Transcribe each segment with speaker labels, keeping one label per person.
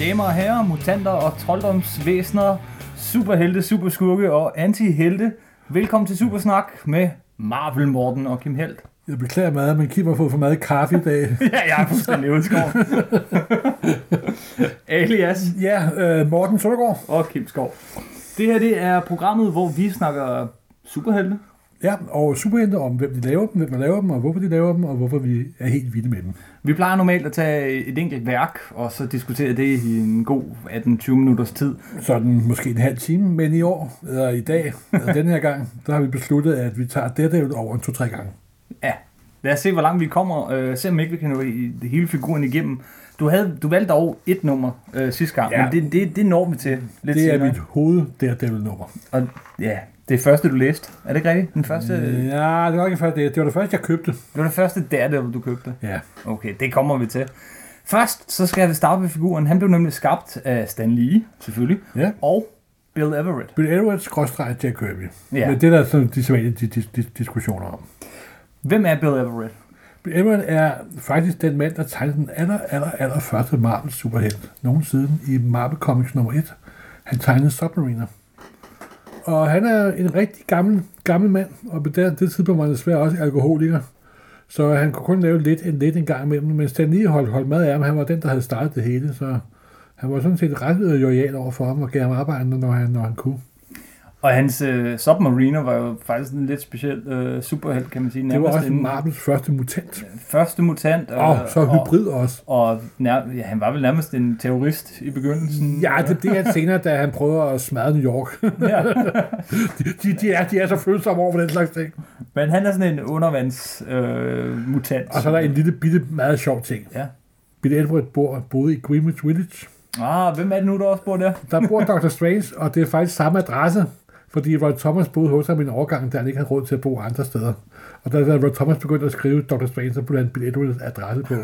Speaker 1: damer og herrer, mutanter og trolddomsvæsener, superhelte, superskurke og antihelte. Velkommen til Supersnak med Marvel Morten og Kim Helt.
Speaker 2: Jeg beklager meget, men Kim har fået for meget kaffe i dag.
Speaker 1: Ja, jeg er fuldstændig udskov. Alias
Speaker 2: ja, øh, Morten Søndergaard.
Speaker 1: og Kim Skov. Det her det er programmet, hvor vi snakker superhelte.
Speaker 2: Ja, og superhelte om, hvem de laver dem, hvem der laver dem, og hvorfor de laver dem, og hvorfor vi er helt vilde med dem.
Speaker 1: Vi plejer normalt at tage et enkelt værk, og så diskutere det i en god 18-20 minutters tid.
Speaker 2: Sådan måske en halv time, men i år, eller i dag, eller den her gang, der har vi besluttet, at vi tager Daredevil over en to-tre gange.
Speaker 1: Ja, lad os se, hvor langt vi kommer. Øh, se om ikke vi kan nå i- hele figuren igennem. Du, havde, du valgte dog et nummer øh, sidste gang, ja.
Speaker 2: Ja.
Speaker 1: men det, det, det når vi til lidt
Speaker 2: Det er
Speaker 1: senere.
Speaker 2: mit hoved Daredevil-nummer.
Speaker 1: Og, ja, det første, du læste. Er det ikke rigtigt? Den første, øh.
Speaker 2: Ja, det var ikke først det. Det var det første, jeg købte.
Speaker 1: Det var det første Daredevil, du købte.
Speaker 2: Ja,
Speaker 1: Okay, det kommer vi til. Først, så skal vi starte med figuren. Han blev nemlig skabt af Stan Lee, selvfølgelig,
Speaker 2: ja.
Speaker 1: og Bill Everett.
Speaker 2: Bill Edwards, skråstrej Jack Kirby.
Speaker 1: Ja.
Speaker 2: Ja. Men det er der sådan de sædvanlige di- di- di- diskussioner om.
Speaker 1: Hvem er Bill Everett?
Speaker 2: Bill Everett er faktisk den mand, der tegnede den aller, aller, aller første Marvel superhelt nogensinde i Marvel Comics nummer 1. Han tegnede Submariner. Og han er en rigtig gammel, gammel mand, og på det, det tidspunkt var han desværre også alkoholiker. Så han kunne kun lave lidt en lidt en gang imellem, men Stan Lee holdt, holdt med af ham. Han var den, der havde startet det hele, så han var sådan set ret øh, loyal over for ham og gav ham arbejde, når han, når han kunne.
Speaker 1: Og hans øh, Submariner var jo faktisk en lidt speciel øh, superhelt, kan man sige.
Speaker 2: Det var
Speaker 1: Nærmest
Speaker 2: også
Speaker 1: en
Speaker 2: Marvels første mutant.
Speaker 1: første mutant.
Speaker 2: Og så hybrid også.
Speaker 1: Og nær, ja, han var vel nærmest en terrorist i begyndelsen.
Speaker 2: Ja, det, det er senere, da han prøver at smadre New York.
Speaker 1: Ja.
Speaker 2: De, de, er, de er så følsomme over for den slags ting.
Speaker 1: Men han er sådan en undervandsmutant. Øh, mutant.
Speaker 2: Og så er der en lille bitte, meget sjov ting.
Speaker 1: Ja.
Speaker 2: Bill Elbert bor, boede i Greenwich Village.
Speaker 1: Ah, hvem er det nu, der også bor der?
Speaker 2: Der bor Dr. Strange, og det er faktisk samme adresse, fordi Roy Thomas boede hos ham i en overgang, da han ikke havde råd til at bo andre steder. Og da da Roy Thomas begyndte at skrive Dr. Strange, så blev han Bill Edwards adresse på.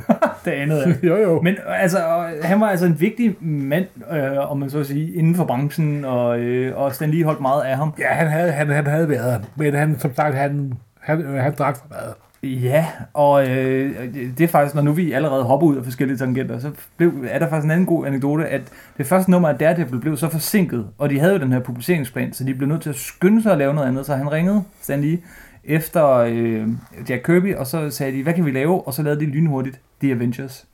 Speaker 1: Det anede jeg. ikke.
Speaker 2: jo, jo.
Speaker 1: Men altså, og han var altså en vigtig mand, øh, om man så at sige, inden for branchen, og, øh, og Stan Lee holdt meget af ham.
Speaker 2: Ja, han havde, han, han havde været her. Men han, som sagt, han, han, øh, han drak for meget.
Speaker 1: Ja, og øh, det er faktisk, når nu vi allerede hopper ud af forskellige tangenter, så blev, er der faktisk en anden god anekdote, at det første nummer af Daredevil blev så forsinket, og de havde jo den her publiceringsplan, så de blev nødt til at skynde sig at lave noget andet, så han ringede Stan Lee efter øh, Jack Kirby, og så sagde de, hvad kan vi lave? Og så lavede de lynhurtigt The Avengers.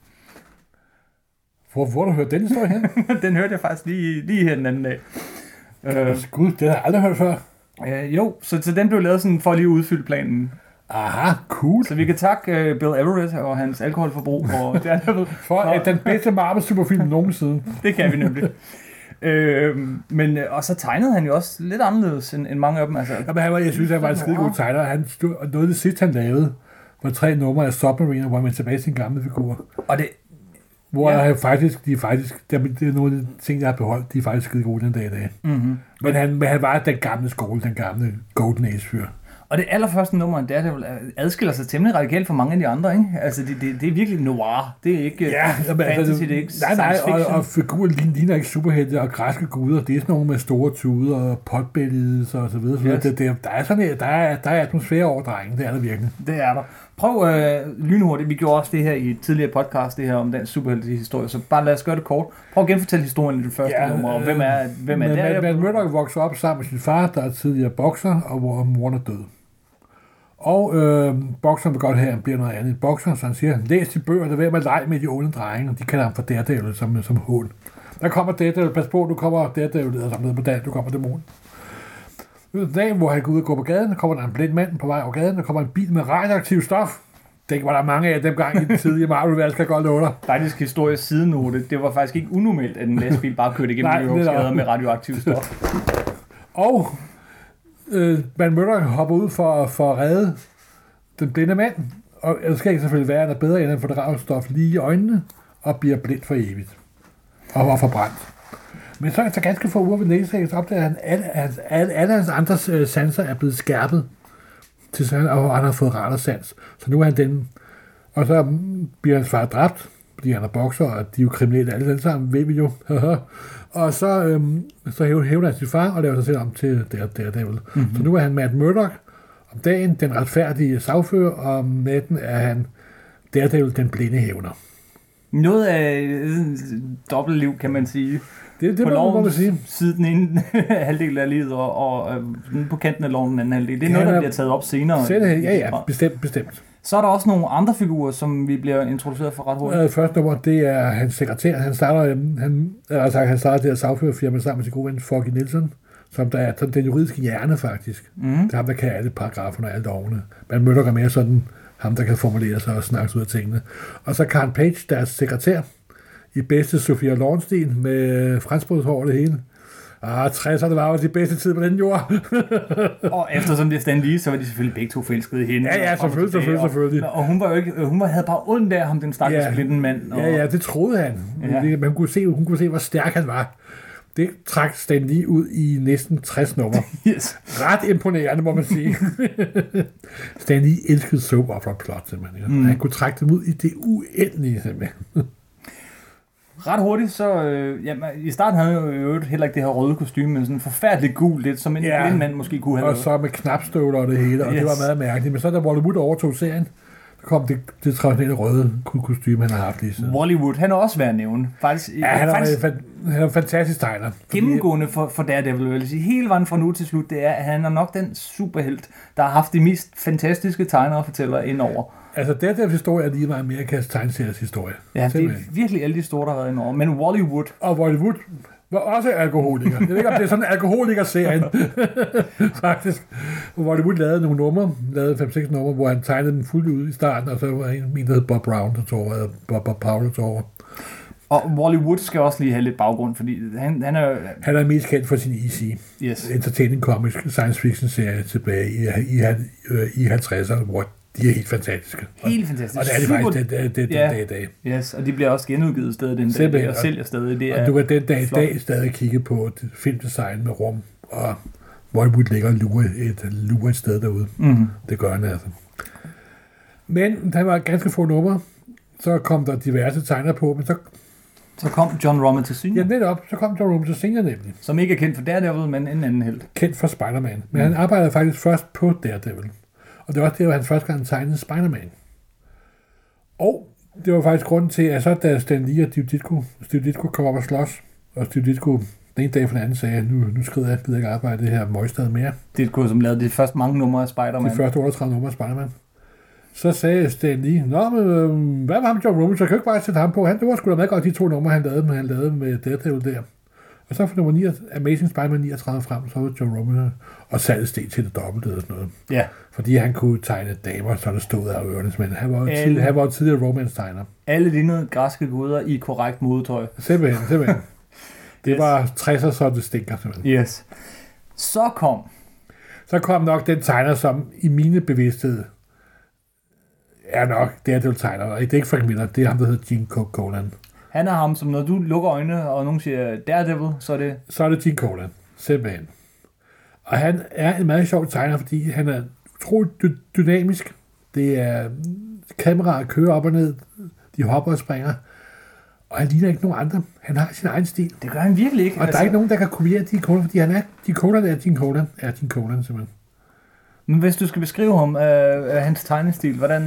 Speaker 2: Hvor, hvor har du hørt den historie her?
Speaker 1: den hørte jeg faktisk lige, lige her den anden dag. Øh,
Speaker 2: Gud, det har jeg aldrig hørt før.
Speaker 1: øh, jo, så, så den blev lavet sådan for at lige udfylde planen.
Speaker 2: Aha, cool.
Speaker 1: Så vi kan takke øh, Bill Everett og hans alkoholforbrug og Daredevil
Speaker 2: For at den bedste Marvel superfilm nogensinde.
Speaker 1: det kan vi nemlig. øhm, men, øh, og så tegnede han jo også lidt anderledes end, end mange af dem. Altså,
Speaker 2: Jamen, han var, jeg synes, han var en skide god tegner. Han stod, og noget af det sidste, han lavede, var tre numre af Submariner, hvor han vendte tilbage til sin gamle figur.
Speaker 1: og det,
Speaker 2: Hvor
Speaker 1: Ja.
Speaker 2: ja. han faktisk, de er faktisk, jamen, det er nogle af de ting, jeg har beholdt, de er faktisk skide gode den dag i dag.
Speaker 1: mm-hmm.
Speaker 2: Men han, men han var den gamle skole, den gamle Golden Age-fyr.
Speaker 1: og det allerførste nummer, der der øh, adskiller sig temmelig radikalt fra mange af de andre. Ikke? Altså, det, det, det er virkelig noir. Det er ikke øh,
Speaker 2: jamen, altså,
Speaker 1: fantasy, det er ikke
Speaker 2: nej, nej,
Speaker 1: science fiction.
Speaker 2: og, og figuren ligner, ligner ikke superhelte og græske guder. Det er sådan nogle med store tuder og potbællides og så videre. Så videre.
Speaker 1: Yes.
Speaker 2: Det, det, der er sådan, der er, der er atmosfære over drengen, det er der virkelig.
Speaker 1: Det er der. Prøv øh, lynhurtigt. Vi gjorde også det her i et tidligere podcast, det her om dansk superheltehistorie. Så bare lad os gøre det kort. Prøv at genfortælle historien i det første ja,
Speaker 2: Ja,
Speaker 1: nummer, og
Speaker 2: øh,
Speaker 1: hvem er, hvem er
Speaker 2: men, øh,
Speaker 1: der?
Speaker 2: Men, men Murdoch vokser op sammen med sin far, der er tidligere bokser, og hvor moren er død. Og øh, bokseren vil godt have, at han bliver noget andet end bokser, så han siger, læs de bøger, der vil med at lege med de onde drenge, og de kalder ham for Daredevil som, som hul. Der kommer Daredevil, pas på, nu kommer Daredevil, og samlet på dagen, nu kommer dæmonen. En dag, hvor han går ud og går på gaden, kommer der en blind mand på vej over gaden, der kommer en bil med radioaktiv stof. Det var der mange af dem gang i den tidlige Marvel-verden, skal jeg godt love dig.
Speaker 1: Faktisk historisk sidenote. Det var faktisk ikke unormalt, at en lastbil bare kørte igennem
Speaker 2: Nej,
Speaker 1: New Yorks
Speaker 2: det er der.
Speaker 1: gader med radioaktiv stof.
Speaker 2: Og øh, Van Møller hopper ud for, for at redde den blinde mand. Og det skal ikke selvfølgelig være, at han er bedre, end han får det rave stof lige i øjnene, og bliver blind for evigt. Og var forbrændt. Men så efter ganske få uger ved næsehæs opdager han, at alle, alle, alle hans andre øh, sanser er blevet skærpet. Til sådan, og han har fået radarsans. Så nu er han den. Og så mm, bliver hans far dræbt, fordi han er bokser, og de er jo kriminelle alle sammen, sammen, ved vi jo. og så, øhm, så hæv- hævner han sin far og laver sig selv om til der, der, der. Mm-hmm. Så nu er han Matt Murdock. Om dagen den retfærdige sagfører, og om natten er han Daredevil, den blinde hævner.
Speaker 1: noget af øh, dobbeltliv, kan man sige.
Speaker 2: Det, det må man godt sige.
Speaker 1: side den ene halvdel af livet, og, og øh, på kanten af loven den anden halvdel. Det er
Speaker 2: Ja,
Speaker 1: ja, noget, der
Speaker 2: men-
Speaker 1: bliver taget op senere.
Speaker 2: Sæt det her. Ja, ja,
Speaker 1: Og-
Speaker 2: bestemt, bestemt.
Speaker 1: Så er der også nogle andre figurer, som vi bliver introduceret for ret hurtigt.
Speaker 2: Øh, første nummer, det er hans sekretær. Han starter, øhm, han, eller, altså, han starter det her sagførerfirma sammen med sin gode ven, Foggy Nielsen, som der er sådan den juridiske hjerne, faktisk.
Speaker 1: Mm.
Speaker 2: Det er ham, der kan alle paragraferne og alle lovene. Man møder er mere sådan ham, der kan formulere sig og snakke ud af tingene. Og så Karen Page, deres sekretær, i bedste Sofia Lornstein med franskbrødshår og det hele. Ah, 60'erne var også de bedste tid på den jord.
Speaker 1: Og eftersom det er Stan Lee, så var de selvfølgelig begge to forelskede i hende.
Speaker 2: Ja, ja,
Speaker 1: Og kom
Speaker 2: selvfølgelig,
Speaker 1: tilbage,
Speaker 2: selvfølgelig, selvfølgelig.
Speaker 1: Og, og hun, var jo ikke, øh, hun var, havde bare ondt af ham, den stakkels
Speaker 2: Ja.
Speaker 1: yeah. mand. Og,
Speaker 2: ja, ja, det troede han.
Speaker 1: Ja.
Speaker 2: Men hun kunne, se, hun kunne se, hvor stærk han var. Det trak Stan lige ud i næsten 60 nummer.
Speaker 1: Yes.
Speaker 2: Ret imponerende, må man sige. Stan Lee elskede soap opera plot, simpelthen. Mm. Han kunne trække dem ud i det uendelige, simpelthen.
Speaker 1: Ret hurtigt, så... Øh, jamen, I starten havde han jo i øvrigt heller ikke det her røde kostume, men sådan en forfærdelig gul lidt, som en
Speaker 2: Ja.
Speaker 1: yeah. blind mand måske kunne have
Speaker 2: Og
Speaker 1: lavet.
Speaker 2: så med knapstøvler og det hele, og yes. det
Speaker 1: Yes.
Speaker 2: var meget mærkeligt. Men så da Wally Wood overtog serien, så kom det, det traditionelle røde ko- kostume, han har haft lige siden.
Speaker 1: Wallywood, han er også værd at nævne. Faktisk,
Speaker 2: Ja, han er,
Speaker 1: faktisk
Speaker 2: en fan- han er en fantastisk tegner. Fordi-
Speaker 1: gennemgående for, for Daredevil, vil jeg sige, hele vejen fra nu til slut, det er, at han er nok den superhelt, der har haft de mest fantastiske tegnere og fortællere indover.
Speaker 2: Altså, det der historie er lige meget Amerikas tegneseries historie.
Speaker 1: Ja, det
Speaker 2: Simpelthen.
Speaker 1: er virkelig alle de store, der har været indover. Men Wallywood,
Speaker 2: Og Wally Wood var også alkoholiker. Jeg ved ikke, om det er sådan en alkoholiker-serien. Faktisk. Hvor Wally Wood lavede nogle numre, lavede 5-6 numre, hvor han tegnede dem fuldt ud i starten, og så var en, en der hed Bob Brown, der tog over, eller Bob, Bob Powell, der tog over.
Speaker 1: og Wallywood skal også lige have lidt baggrund, fordi han, han er jo...
Speaker 2: Han er mest kendt for sin EC.
Speaker 1: Yes.
Speaker 2: entertaining comics science fiction serie tilbage i, i, øh, i 50'erne, hvor de er helt fantastiske. Og-
Speaker 1: Helt fantastisk.
Speaker 2: Og det er de
Speaker 1: Super-
Speaker 2: faktisk den, den, den, den
Speaker 1: Ja.
Speaker 2: dag i dag.
Speaker 1: Yes, og de bliver også genudgivet stadig den dag,
Speaker 2: Simpelthen.
Speaker 1: og sælger stadig. Det
Speaker 2: Og du
Speaker 1: er,
Speaker 2: kan den dag i
Speaker 1: flot.
Speaker 2: dag stadig kigge på et filmdesign med rum, og Bollywood ligger og lurer et, lurer et sted derude.
Speaker 1: mm,
Speaker 2: Det gør han altså. Men der var ganske få numre. Så kom der diverse tegner på, men så,
Speaker 1: så kom John Romita Sr.,
Speaker 2: ja, netop, så kom John Romita Senior nemlig,
Speaker 1: som ikke er kendt for Daredevil, men en anden helt.
Speaker 2: kendt for Spider-Man. Men han arbejdede faktisk først på Daredevil. Og det var også det, at han første gang tegnede Spider-Man. Og det var faktisk grunden til, at så da Stan Lee og Steve Ditko, Steve Ditko kom op og slås, og Steve Ditko den ene dag for den anden sagde, nu, nu skrider jeg, jeg gider ikke arbejde i det her møgstad mere.
Speaker 1: Det er et kurs, som lavede de første mange numre af
Speaker 2: de
Speaker 1: Spider-Man.
Speaker 2: første 38 numre af Spider-Man. Så sagde Stan Lee, Nå, men øh, hvad med ham, John Romita? Kan du ikke bare sætte ham på? Han, det var sgu da meget godt, de to numre, han lavede, men han lavede med Daredevil der. Og så fra nummer 9, Amazing Spider-Man 39 frem, så var John Romita, og salget steg til det dobbelte og sådan noget.
Speaker 1: Ja,
Speaker 2: Fordi han kunne tegne damer, så der stod af ørerne. Men han var, jo
Speaker 1: Alle-
Speaker 2: tidlig, han var jo tidligere romance-tegner.
Speaker 1: alle lignede græske guder i korrekt modetøj.
Speaker 2: Simpelthen, simpelthen. Det
Speaker 1: Yes.
Speaker 2: var 60'er, så det stinker simpelthen.
Speaker 1: Yes. Så kom
Speaker 2: Så kom nok den tegner, som i mine bevidsthed er nok Daredevil tegner. Og det er ikke Frank Miller, det er ham, der hedder Gene Co- Colan.
Speaker 1: Han er ham, som når du lukker øjnene, og nogen siger Daredevil, så er det...
Speaker 2: Så er det Gene Colan, simpelthen. Og han er en meget sjov tegner, fordi han er utroligt dy- dynamisk. Det er kameraer kører op og ned, de hopper og springer. Og han ligner ikke nogen andre. Han har sin egen stil.
Speaker 1: Det gør han virkelig ikke.
Speaker 2: Og altså, der er ikke nogen, der kan kopiere Gene Colan, fordi han er Gene Colan er Gene Colan, er Gene Colan simpelthen.
Speaker 1: Altså, Men hvis du skal beskrive ham, øh, øh, hans tegnestil, hvordan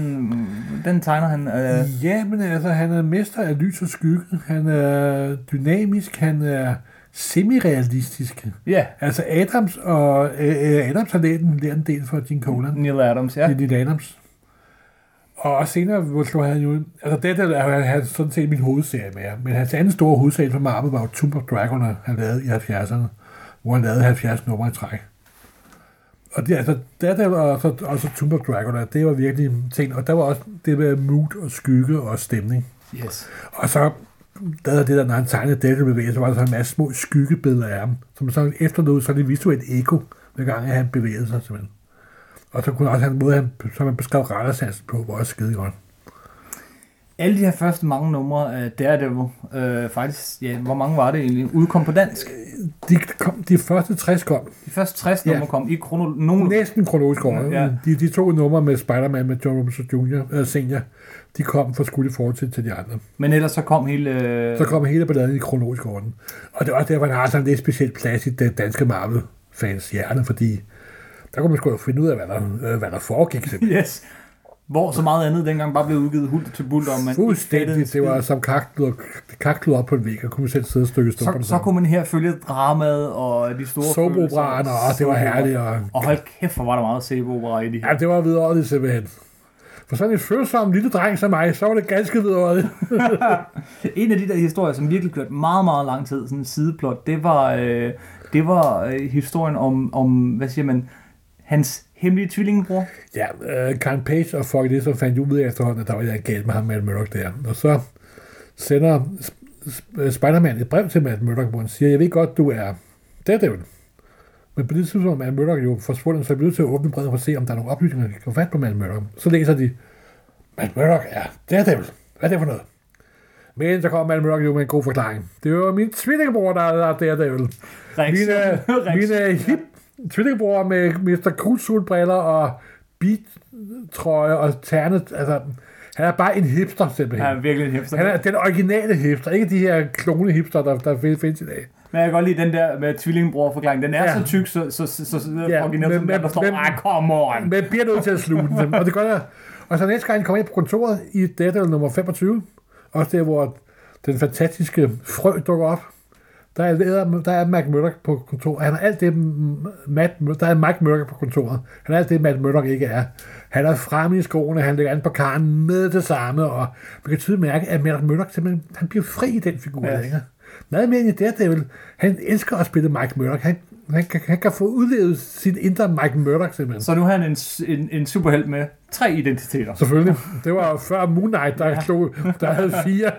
Speaker 1: den tegner han... Øh,
Speaker 2: Ja, men altså, han er mester af lys og skygge. Han er dynamisk, han er semirealistisk.
Speaker 1: ja,
Speaker 2: Altså Adams og øh, øh, Adams har lært en, lært en del for Gene Colan. Mm.
Speaker 1: Neil Adams, ja.
Speaker 2: Ja. Lille Adams. Og også senere hvor slog han jo... Altså, det der er han, han sådan set min hovedserie med jer. Men hans anden store hovedserie for Marvel var jo Tomb of Dragon, han lavede i 70'erne. Hvor han lavede 70 numre i træk. Og det, altså, der, der var også, også Tomb of Dragon, det var virkelig ting. Og der var også det med mood og skygge og stemning.
Speaker 1: Yes.
Speaker 2: Og så der er det der, når han tegnede dette bevægelse, var der så en masse små skyggebilleder af ham, som så efterlod sådan et visuelt eko, hver gang at han bevægede sig simpelthen. Og så kunne han også have en måde, han, som han beskrev rettersansen på, hvor også skide godt.
Speaker 1: Alle de her første mange numre af Daredevil, øh, faktisk, ja, hvor mange var det egentlig, udkom på dansk.
Speaker 2: De, kom, de første 60 kom
Speaker 1: De første 60
Speaker 2: Ja.
Speaker 1: numre kom i krono... Nogen,
Speaker 2: næsten kronologisk over.
Speaker 1: Mm. Ja.
Speaker 2: Ja. De, de to numre med Spider-Man med John Robinson Jr. Øh, senior, de kom for skulle fortsætte til de andre.
Speaker 1: men ellers så kom hele... Øh,
Speaker 2: Så kom hele balladen i kronologisk orden. Og det er også derfor, han har sådan en lidt speciel plads i den danske Marvel-fans hjerne, fordi der kunne man sgu finde ud af, hvad der, øh, hvad der foregik. simpelthen.
Speaker 1: Yes. Hvor så meget andet dengang bare blev udgivet hult til bult, og man ikke fattede en
Speaker 2: Fuldstændig.
Speaker 1: skid.
Speaker 2: Det var som kakluder, kakluder op på en væg, og kunne selv sidde og stykke
Speaker 1: så,
Speaker 2: stumperne
Speaker 1: så kunne man her følge dramaet og de store
Speaker 2: Soapoperaen, og det var herligt. Og,
Speaker 1: Og hold kæft, hvor var der meget sæbeopera i de her.
Speaker 2: ja, det var vidunderligt simpelthen. For sådan en følsom lille dreng som mig, så var det ganske vidunderligt.
Speaker 1: En af de der historier, som virkelig kørte meget, meget lang tid, sådan en sideplot, det var, øh, det var øh, historien om, om, hvad siger man, hans hemmelige tvillingebror.
Speaker 2: Ja, øh, Karen Page og Fogg Lissom fandt jo ud af efterhånden, at der var noget galt med ham Matt Murdock der. Og så sender Sp- Sp- Spider-Man et brev til Matt Murdock, hvor han siger, jeg ved godt, du er Daredevil. Men på det tidspunkt er Matt Murdock jo forsvundet, så vi er nødt til at åbne brevet for at se, om der er nogle oplysninger, der kan få fat på Matt Murdock. Så læser de, Matt Murdock er Daredevil. Hvad er det for noget? Men så kommer Matt Murdock jo med en god forklaring. Det er jo min tvillingebror, der er Daredevil. Mine, mine hip tvillingebror med Mr. Cool-solbriller og beat-trøje og terne. Altså, han er bare en hipster simpelthen.
Speaker 1: Ja,
Speaker 2: Ja,
Speaker 1: virkelig en hipster.
Speaker 2: han er den originale hipster, ikke de her klone hipster, der, der fin- findes i dag.
Speaker 1: Men jeg kan godt lide den der med tvillingebror-forklaring. Den er
Speaker 2: Ja.
Speaker 1: så tyk, så, så, så, så, så
Speaker 2: Ja,
Speaker 1: ja, originalt, som
Speaker 2: men-
Speaker 1: den, der
Speaker 2: men-
Speaker 1: står,
Speaker 2: men-
Speaker 1: ah, come on.
Speaker 2: Men bliver nødt til at sluge den. Og det gør jeg. Og så næste gang han kommer ind på kontoret i Daredevil nummer 25, også der, hvor den fantastiske frø dukker op, der er, leder, der er Mac Murdock på kontoret. Han er alt det, M- Matt, Mur- der er Mike Murdock på kontoret. Han er alt det, Matt Murdock ikke er. Han er fremme i skoene, han lægger an på karen med det samme, og man kan tydeligt mærke, at Matt Murdock simpelthen, han bliver fri i den figur
Speaker 1: Ja.
Speaker 2: ja. længere. Meget mere end i Daredevil. Han elsker at spille Mike Murdock. Han, han, kan, han kan få udlevet sit indre Mike Murdock simpelthen.
Speaker 1: Så nu har han en, s- en, en superhelt med tre identiteter.
Speaker 2: Selvfølgelig. Det var før Moon Knight, der, slog, der havde fire.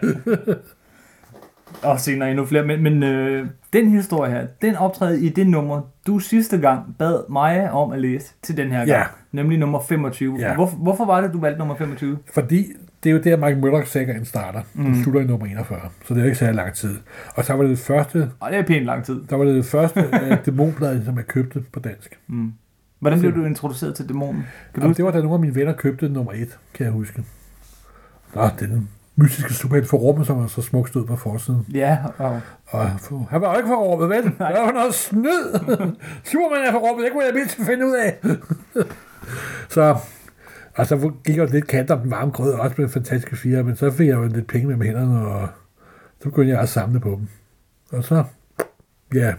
Speaker 1: og senere endnu flere, men, men øh, den historie her, den optræder i det nummer, du sidste gang bad mig om at læse til den her gang,
Speaker 2: Ja.
Speaker 1: nemlig nummer 25.
Speaker 2: Ja.
Speaker 1: Hvor, hvorfor var det, du valgte nummer 25?
Speaker 2: Fordi det er jo der, Mike Murdoch sagen starter. Den slutter i nummer 41, så det er jo ikke særlig lang tid. Og så var det det første,
Speaker 1: Og det er pænt lang tid.
Speaker 2: der var det, det første øh, dæmonblad, som jeg købte på dansk.
Speaker 1: Hvordan blev du introduceret til dæmonen? Kan du
Speaker 2: Og
Speaker 1: huske?
Speaker 2: det var da nogle af mine venner købte nummer 1, kan jeg huske. Nå, den mystiske superhelt for rummet, som var så smukt stod på forsiden.
Speaker 1: Ja, og,
Speaker 2: Og for- han var jo ikke for rummet, vel? Det var jo noget snyd. Superman er for rummet, det kunne jeg mindst finde ud af. så, og så gik jeg jo lidt kant om den varme grød, også med fantastiske fire, men så fik jeg jo lidt penge med, med hænderne, og så begyndte jeg at samle på dem. Og så, ja, yeah.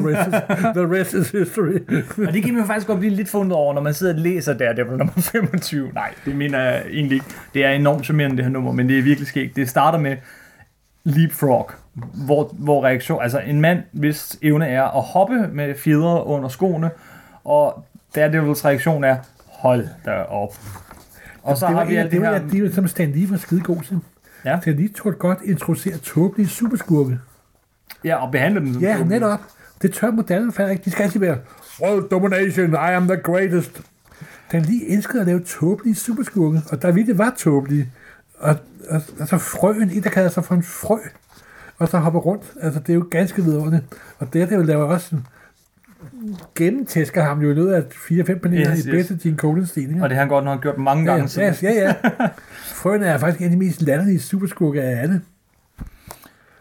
Speaker 2: the, rest is, the rest is history.
Speaker 1: og det kan man jo faktisk godt blive lidt fundet over, når man sidder og læser der, det var nummer 25. Nej, det mener jeg egentlig ikke. Det er enormt charmerende, det her nummer, men det er virkelig skægt. Det starter med leapfrog, hvor, hvor reaktion, altså en mand, hvis evne er at hoppe med fjedre under skoene, og Daredevils reaktion er, hold da op. Og så
Speaker 2: det
Speaker 1: har
Speaker 2: var,
Speaker 1: vi
Speaker 2: en,
Speaker 1: alt
Speaker 2: det
Speaker 1: det
Speaker 2: var
Speaker 1: her...
Speaker 2: en af de, som Stan Lee var skide god til.
Speaker 1: Ja.
Speaker 2: Stan Lee tog godt introducere tåbelige superskurke.
Speaker 1: Ja, og behandle dem som
Speaker 2: Ja,
Speaker 1: zombie.
Speaker 2: netop. Det tør moderne fald ikke. De skal altid være, world domination, I am the greatest. Den lige elskede at lave tåbelige superskurke, og der virkelig var tåbelige. Og, og, og så frøen, en der kalder sig for en frø, og så hopper rundt. Altså, det er jo ganske vidunderligt. Og det der laver også en gennemtæsker ham jo i løbet af 4-5 paneler
Speaker 1: Yes,
Speaker 2: yes, i bedste yes. Gene Colan stilling.
Speaker 1: Og det har han godt nok gjort mange gange
Speaker 2: ja, ja, ja, ja. Frøen er faktisk en af de mest latterlige superskurke af alle.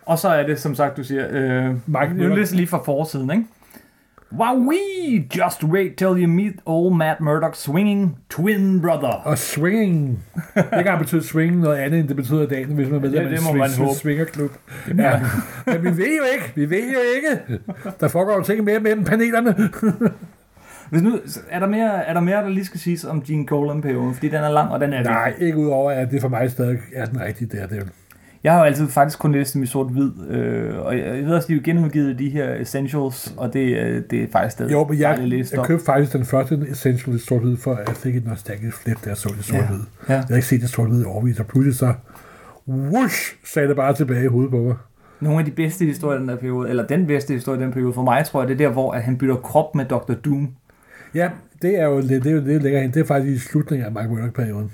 Speaker 1: Og så er det, som sagt, du siger, øh,
Speaker 2: Mark
Speaker 1: nu læser lige fra forsiden, ikke? Wowee! Just wait till you meet old Matt Murdock's swinging twin brother.
Speaker 2: Og swinging. Det kan have betydet swing noget andet, end det betyder i dag, hvis man er medlem
Speaker 1: det
Speaker 2: af en
Speaker 1: må man
Speaker 2: swing,
Speaker 1: håbe.
Speaker 2: swingerklub. Ja. Men vi ved jo ikke, vi ved jo ikke. Der foregår jo ting mere mellem panelerne.
Speaker 1: Hvis nu, er, der mere, er der mere, der lige skal siges om Gene Colan perioden Fordi den er lang, og den er vigtig.
Speaker 2: Nej, ikke udover, at det for mig stadig er den rigtige der. Det er jo-
Speaker 1: Jeg har jo altid faktisk kun læst dem i sort-hvid, øh, og jeg, jeg ved også, de er jo genudgivet de her Essentials, og det, øh, det er faktisk stadig
Speaker 2: jo, men jeg,
Speaker 1: dejligt læst
Speaker 2: jeg
Speaker 1: op.
Speaker 2: købte faktisk den første Essential i sort for at jeg fik et nostalgisk flip, da jeg så det i sort
Speaker 1: Ja. Ja.
Speaker 2: Jeg har ikke set det i sort i årvis, og pludselig så, whoosh, sagde det bare tilbage i hovedet på mig.
Speaker 1: Nogle af de bedste historier i den der periode, eller den bedste historie i den periode for mig, tror jeg, det er der, hvor at han bytter krop med Dr. Doom.
Speaker 2: Ja, det er jo lidt, det er jo lidt længere hen. Det er faktisk i slutningen af Mark Murdoch-perioden.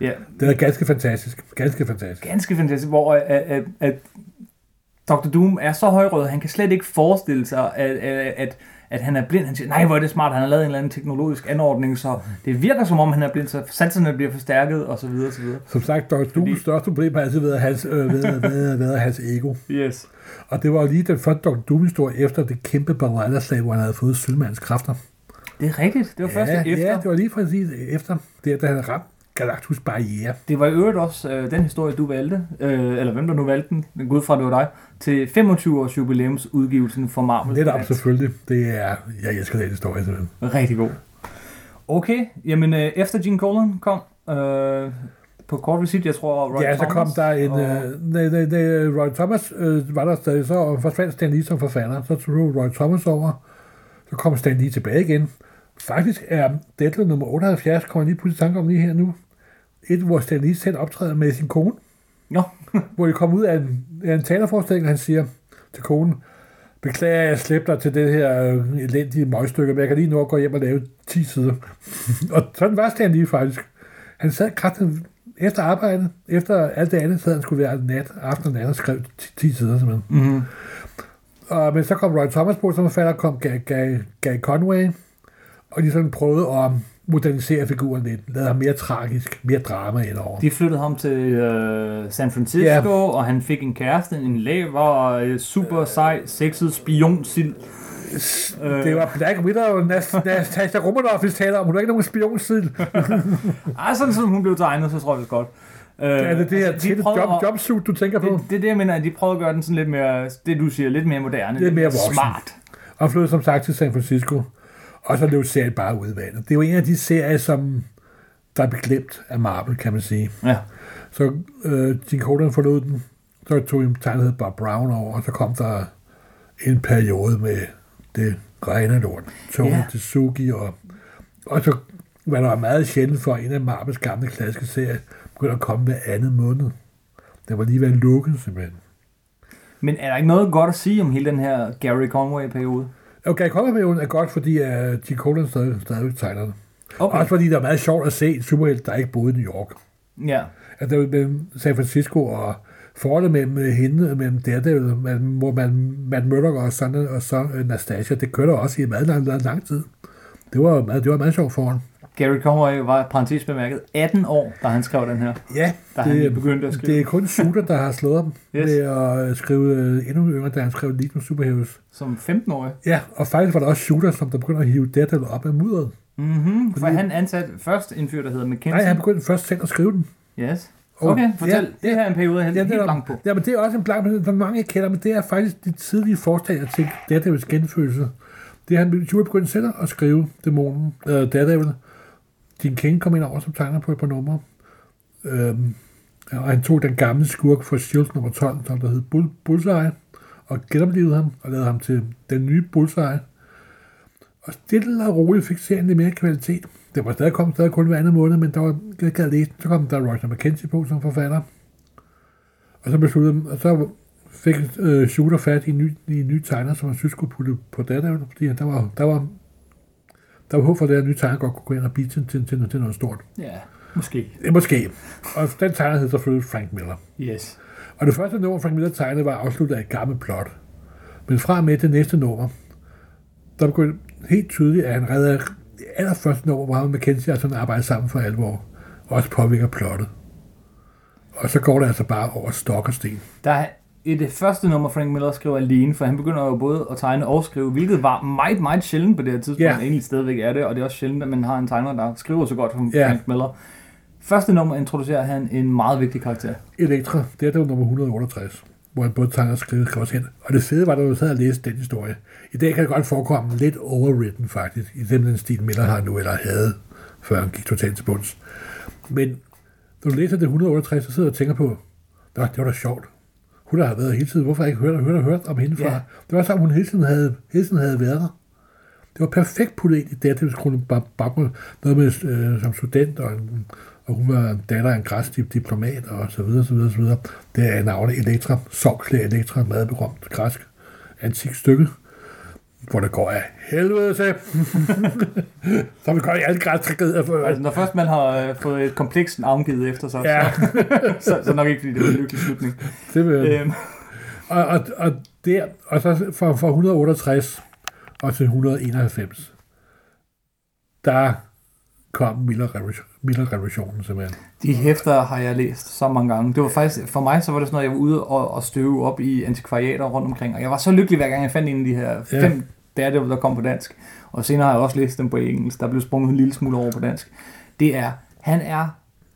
Speaker 1: Ja,
Speaker 2: Det er ganske fantastisk. Ganske fantastisk.
Speaker 1: ganske fantastisk, hvor at, at, at Dr. Doom er så højrød, han kan slet ikke forestille sig, at, at, at, at han er blind. Han siger, nej, hvor er det smart, han har lavet en eller anden teknologisk anordning, så det virker som om, han er blind, så sanserne bliver forstærket, og så videre, og så videre.
Speaker 2: Som sagt, Dr. Dooms
Speaker 1: Fordi-
Speaker 2: største problem har altid været hans, øh, været, været, været hans ego.
Speaker 1: Yes.
Speaker 2: Og det var jo lige den første Dr. Doom-historie efter det kæmpe barrella hvor han havde fået Sydmandens kræfter.
Speaker 1: Det er rigtigt. Det var ja, først
Speaker 2: ja,
Speaker 1: efter.
Speaker 2: ja, det var lige præcis efter, det, da han ramte Galactus barriere.
Speaker 1: Det var i øvrigt også øh, den historie, du valgte, øh, eller hvem der nu valgte den, men gud fra det var dig, til 25 års jubilæumsudgivelsen for Marvel.
Speaker 2: Netop
Speaker 1: Finance.
Speaker 2: selvfølgelig. Det er, jeg elsker den historie simpelthen.
Speaker 1: Rigtig god. Okay, jamen øh, efter Gene Colan kom øh, på kort visit, jeg tror Roy
Speaker 2: ja,
Speaker 1: Thomas,
Speaker 2: så kom der en...
Speaker 1: og,
Speaker 2: Øh, nej, nej, nej, Roy Thomas øh, var der stadig, så forsvandt Stan Lee som forfatter. Så tog Roy Thomas over. Så kom Stan Lee tilbage igen. Faktisk er Deadline nummer 78, kommer jeg lige pludselig i tanke om lige her nu. Et, hvor Stan Lee selv optræder med sin kone.
Speaker 1: Nå,
Speaker 2: hvor de kom ud af en, af en talerforestilling, og han siger til konen, beklager, jeg slæbte dig til det her øh, elendige møgstykke, men jeg kan lige nu gå hjem og lave 10 sider. og sådan var Stan lige faktisk. Han sad kraften efter arbejde, efter alt det andet, sad han skulle være nat, aften og nat, og skrev 10, 10 sider simpelthen.
Speaker 1: mm-hmm.
Speaker 2: Og, men så kom Roy Thomas på, som forfatter, kom Gary, Gary, Gary Conway, og de sådan prøvede at modernisere figuren lidt, lade ham mere tragisk, mere drama ind over.
Speaker 1: de flyttede ham til øh, San Francisco, yeah. og han fik en kæreste, en læber, og øh, super sej, sexet spionsild. Øh,
Speaker 2: Det var Black Widow og Nas- Natasha Romanoff, vi taler om. Hun er ikke nogen spionsild.
Speaker 1: Ej, sådan som hun blev tegnet, så tror jeg det er godt. Øh,
Speaker 2: Er det det her
Speaker 1: de
Speaker 2: tætte
Speaker 1: prøvede
Speaker 2: job,
Speaker 1: at-
Speaker 2: jobsuit, du tænker på?
Speaker 1: Det, det er det, jeg mener, at de prøvede at gøre den sådan lidt mere, det du siger, lidt mere moderne.
Speaker 2: Lidt mere
Speaker 1: lidt
Speaker 2: voksen.
Speaker 1: Smart.
Speaker 2: Og flyttede som sagt til San Francisco. Og så løb serien bare ud i vandet. Det er jo en af de serier, som der blev glemt af Marvel, kan man sige.
Speaker 1: Ja.
Speaker 2: Så øh, Gene Colan forlod den. Så tog en tegnet Bob Brown over, og så kom der en periode med det rene lort. Tony
Speaker 1: Ja.
Speaker 2: yeah. Tsuki, og, og så var der meget sjældent for en af Marbles gamle klassiske serier, begyndte at komme hver anden måned. Den var lige ved at lukke, simpelthen.
Speaker 1: Men er der ikke noget godt at sige om hele den her Gary Conway-periode?
Speaker 2: Okay, kongeperioden er godt, fordi uh, Gene Colan stadig, stadig tegner den. Okay.
Speaker 1: Okay.
Speaker 2: Også fordi det er meget sjovt at se en superhelt, der ikke boede i New York.
Speaker 1: Ja.
Speaker 2: at der var mellem San Francisco og forholdet mellem hende og mellem Daredevil, man, hvor man, Matt Murdock og, sådan, og så øh, Nastasia, det kørte også i meget lang, lang, lang tid. Det var, meget, det var meget sjovt forhold.
Speaker 1: Gary Conway var, parentes bemærket, 18 år, da han skrev den her.
Speaker 2: Ja,
Speaker 1: Da det, han
Speaker 2: det,
Speaker 1: begyndte at skrive,
Speaker 2: det er
Speaker 1: det,
Speaker 2: kun Shooter, der har slået ham
Speaker 1: Yes.
Speaker 2: yes. med at skrive øh, endnu yngre, da han skrev Legion of Superheroes.
Speaker 1: som 15-årig.
Speaker 2: Ja, og faktisk var der også Shooter, som der begyndte at hive Daredevil op af mudderet.
Speaker 1: Mm-hmm, for
Speaker 2: Fordi-
Speaker 1: han ansatte først en fyr, der hedder McKinsey.
Speaker 2: Nej, han begyndte først selv at skrive den.
Speaker 1: Yes.
Speaker 2: Og-
Speaker 1: Okay, fortæl.
Speaker 2: Ja,
Speaker 1: det her er en periode, jeg er
Speaker 2: Ja,
Speaker 1: helt,
Speaker 2: det er
Speaker 1: helt
Speaker 2: der-
Speaker 1: blank på.
Speaker 2: Ja, men det er også en blank, men der er mange, jeg kender, men det er faktisk de tidlige forstadier til Daredevils genfølelse. Det er, han Jure begyndte selv at skrive dæmonen, øh, Daredevil. Din King kom ind over som tegner på et par numre. Øhm, og han tog den gamle skurk fra Shield E nummer 12, som der hed Bull, Bullseye, og genoplevede ham og lavede ham til den nye Bullseye. Og stille og roligt fik serien lidt mere kvalitet. Det var stadig kommet stadig kun hver anden måned, men der var jeg gad læse. den. Så kom der Roger McKenzie på som forfatter. Og så besluttede og så fik øh, Shooter fat i en, ny, i en ny tegner, som han synes skulle putte på Daredevil, fordi der var, der var der var håb for, at den nye tegner godt kunne gå ind og blive til, til, til, til noget stort.
Speaker 1: Ja, måske.
Speaker 2: Eh, Måske. Og den tegner hed selvfølgelig Frank Miller.
Speaker 1: Yes.
Speaker 2: Og det første nummer, Frank Miller tegnede, var afsluttet af et gammelt plot. Men fra og med det næste nummer, der begyndte helt tydeligt, at han redder det allerførste nummer, hvor han og McKenzie og sådan arbejder sammen for alvor, og også påvirker plottet. Og så går det altså bare over stok og sten.
Speaker 1: Der er i det første nummer, Frank Miller skriver alene, for han begynder jo både at tegne og skrive, hvilket var meget, meget sjældent på det her tidspunkt.
Speaker 2: Ja.
Speaker 1: Egentlig stadigvæk er det, og det er også sjældent, at man har en tegner, der skriver så godt som
Speaker 2: Ja.
Speaker 1: Frank Miller. Første nummer introducerer han en meget vigtig karakter.
Speaker 2: Elektra, det er der var nummer 168, hvor han både tegner og skriver, skriver også hen. Og det fede var, at jeg sad og læste den historie. I dag kan det godt forekomme lidt overwritten faktisk, i den, den stil Miller har nu, eller havde, før han gik totalt til bunds. Men når du læser det 168, så sidder du og tænker på, Nå, det var da sjovt. Hun har været hele tiden, hvorfor har jeg ikke hørt og hørt og hørt om hende fra?
Speaker 1: Ja.
Speaker 2: Det var som om hun hele tiden havde, hele tiden havde været der. Det var perfekt puttet ind i Daredevils kronen baggrund. Noget med øh, som student, og, en, og hun var en datter af en græsk diplomat, og så videre, så videre, så videre. Det er navnet Elektra, Sovklæ Elektra, meget berømt græsk antik stykke, hvor det går af helvede til. så vi går i alle græske tragedier.
Speaker 1: Altså, når først man har øh, fået et komplekst navngivet efter sig,
Speaker 2: Ja,
Speaker 1: ja. så, så, så, nok ikke, fordi det var en lykkelig slutning.
Speaker 2: det vil,
Speaker 1: Øhm,
Speaker 2: Og, og, og, der, og så fra, fra 168 og til 191, der kom Miller Revolution- Miller revolutionen simpelthen.
Speaker 1: de hæfter har jeg læst så mange gange. Det var faktisk, for mig så var det sådan noget, jeg var ude og, og støve op i antikvariater rundt omkring, og jeg var så lykkelig, hver gang jeg fandt en af de her
Speaker 2: Ja.
Speaker 1: fem Daredevil, der kom på dansk. Og senere har jeg også læst dem på engelsk. Der blev sprunget en lille smule over på dansk. Det er, han er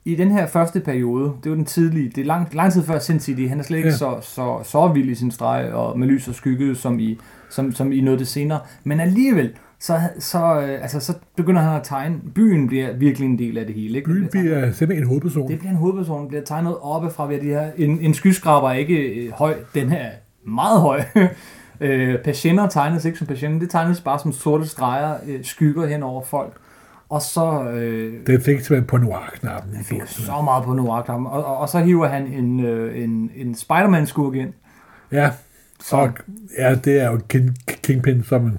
Speaker 1: i den her første periode, det var den tidlige, det er lang, lang tid før Sin City, han er slet ikke
Speaker 2: Ja.
Speaker 1: ja. så, så, så vild i sin streg og med lys og skygge, som i, som, som i noget det senere. Men alligevel, så, så, øh, altså, så begynder han at tegne. Byen bliver virkelig en del af det hele. Ikke? Altså, Den
Speaker 2: Byen
Speaker 1: tegnet-
Speaker 2: bliver øh, simpelthen en hovedperson.
Speaker 1: det bliver en hovedperson, den bliver tegnet oppe fra ved de her. En, en skyskraber er ikke øh, høj, den er meget høj. øh, patienter tegnes ikke som patienter, det tegnes bare som sorte streger, øh, skygger hen over folk. Og så øh,
Speaker 2: Den fik simpelthen på noir-knappen. i
Speaker 1: han fik
Speaker 2: stort set.
Speaker 1: så meget på Noir-klappen. Og, og, og så hiver han en, øh, en, en Spider-Man-skurk ind.
Speaker 2: Ja,
Speaker 1: Så-
Speaker 2: og, ja, det er jo King, Kingpin, som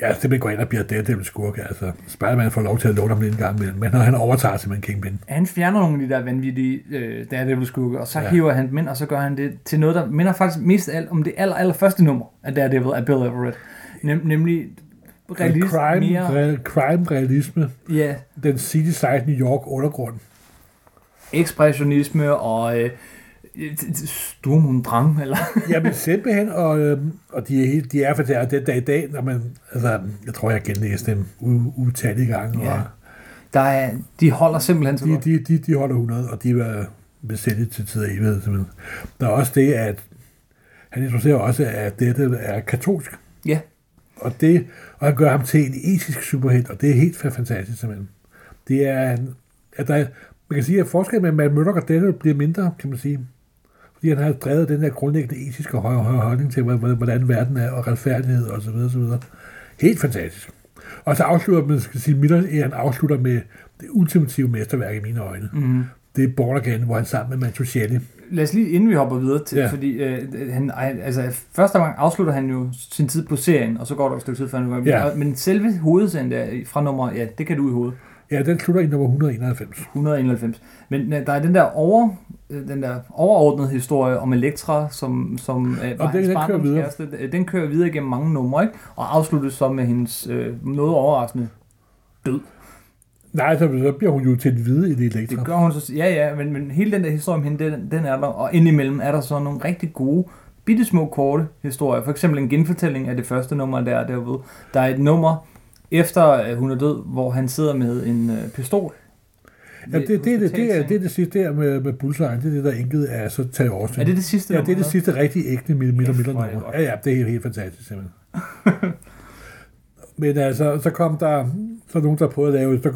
Speaker 2: ja, simpelthen går ind og bliver Daredevil skurke. Altså, Spider-Man får lov til at låne ham lidt en gang imellem, men han overtager simpelthen Kingpin.
Speaker 1: Han fjerner nogle af de der vanvittige øh, Daredevil-skurke, og så
Speaker 2: Ja.
Speaker 1: ja. hiver han dem ind, og så gør han det til noget, der minder faktisk mest af alt om det aller, aller første nummer af Daredevil af Bill Everett. Nem, nemlig realist,
Speaker 2: crime,
Speaker 1: mere...
Speaker 2: re, crime realisme,
Speaker 1: Ja,
Speaker 2: den city side New York undergrund.
Speaker 1: ekspressionisme og øh, Sturm und Drang, eller
Speaker 2: Jamen simpelthen, og, øhm, og de, er, helt- de er for det er den dag i dag, når man, altså, jeg tror, jeg genlæste dem u- utallige gange,
Speaker 1: Ja.
Speaker 2: og
Speaker 1: der er, de holder simpelthen så
Speaker 2: de,
Speaker 1: godt.
Speaker 2: de, de, de holder 100, og de var besættet til tid og evighed, simpelthen. Der er også det, at han introducerer også, at dette er katolsk,
Speaker 1: Ja,
Speaker 2: og det og han gør ham til en etisk superhelt, og det er helt fa- fantastisk, simpelthen. Det er, en- at der, man kan sige, at forskellen mellem Matt Murdock og Daredevil bliver mindre, kan man sige. Fordi han har drevet den der grundlæggende etiske højere og højere holdning til, hvordan hvordan verden er, og retfærdighed og så videre, så videre. Helt fantastisk. Og så afslutter man, skal sige, Miller, han afslutter med det ultimative mesterværk i mine øjne.
Speaker 1: mm.
Speaker 2: Det er Born Again, hvor han sammen med Mantucelli.
Speaker 1: Lad os lige, inden vi hopper videre til,
Speaker 2: Ja.
Speaker 1: ja. fordi øh, han, ej, altså, første gang afslutter han jo sin tid på serien, og så går der et stykke tid før han går
Speaker 2: Ja.
Speaker 1: ja. Men selve hovedserien der, fra nummer, ja, det kan du i hovedet,
Speaker 2: Ja, den slutter i nummer 191.
Speaker 1: 191. Men øh, der er den der over, øh, den der overordnede historie om Elektra, som, som øh, var
Speaker 2: den- den kører
Speaker 1: barndomskæreste.
Speaker 2: videre.
Speaker 1: Øh, den kører videre gennem mange numre, ikke? og afsluttes så med hendes øh, noget overraskende død.
Speaker 2: Nej, så, så bliver hun jo til den hvide i det elektra.
Speaker 1: Det gør hun så. Ja, ja, men, men hele den der historie om hende, den, den er der. Og indimellem er der så nogle rigtig gode, bitte små korte historier. For eksempel en genfortælling af det første nummer, der er derude. Der er et nummer, efter øh, hun er død, hvor han sidder med en øh, pistol.
Speaker 2: Ja,
Speaker 1: Ved
Speaker 2: det, det, det, det, det, er,
Speaker 1: hospitalsengen.
Speaker 2: det er det sidste der med, med Bullseye, det er det, der enkelt er så tager årsyn.
Speaker 1: Er det det sidste
Speaker 2: Ja, det er
Speaker 1: nummer,
Speaker 2: det sidste rigtig ægte Miller Miller Miller
Speaker 1: hvor er det
Speaker 2: nummer.
Speaker 1: godt.
Speaker 2: Ja, ja, det er helt, helt fantastisk simpelthen. Men altså, så kom der så er nogen, der prøvede at lave, så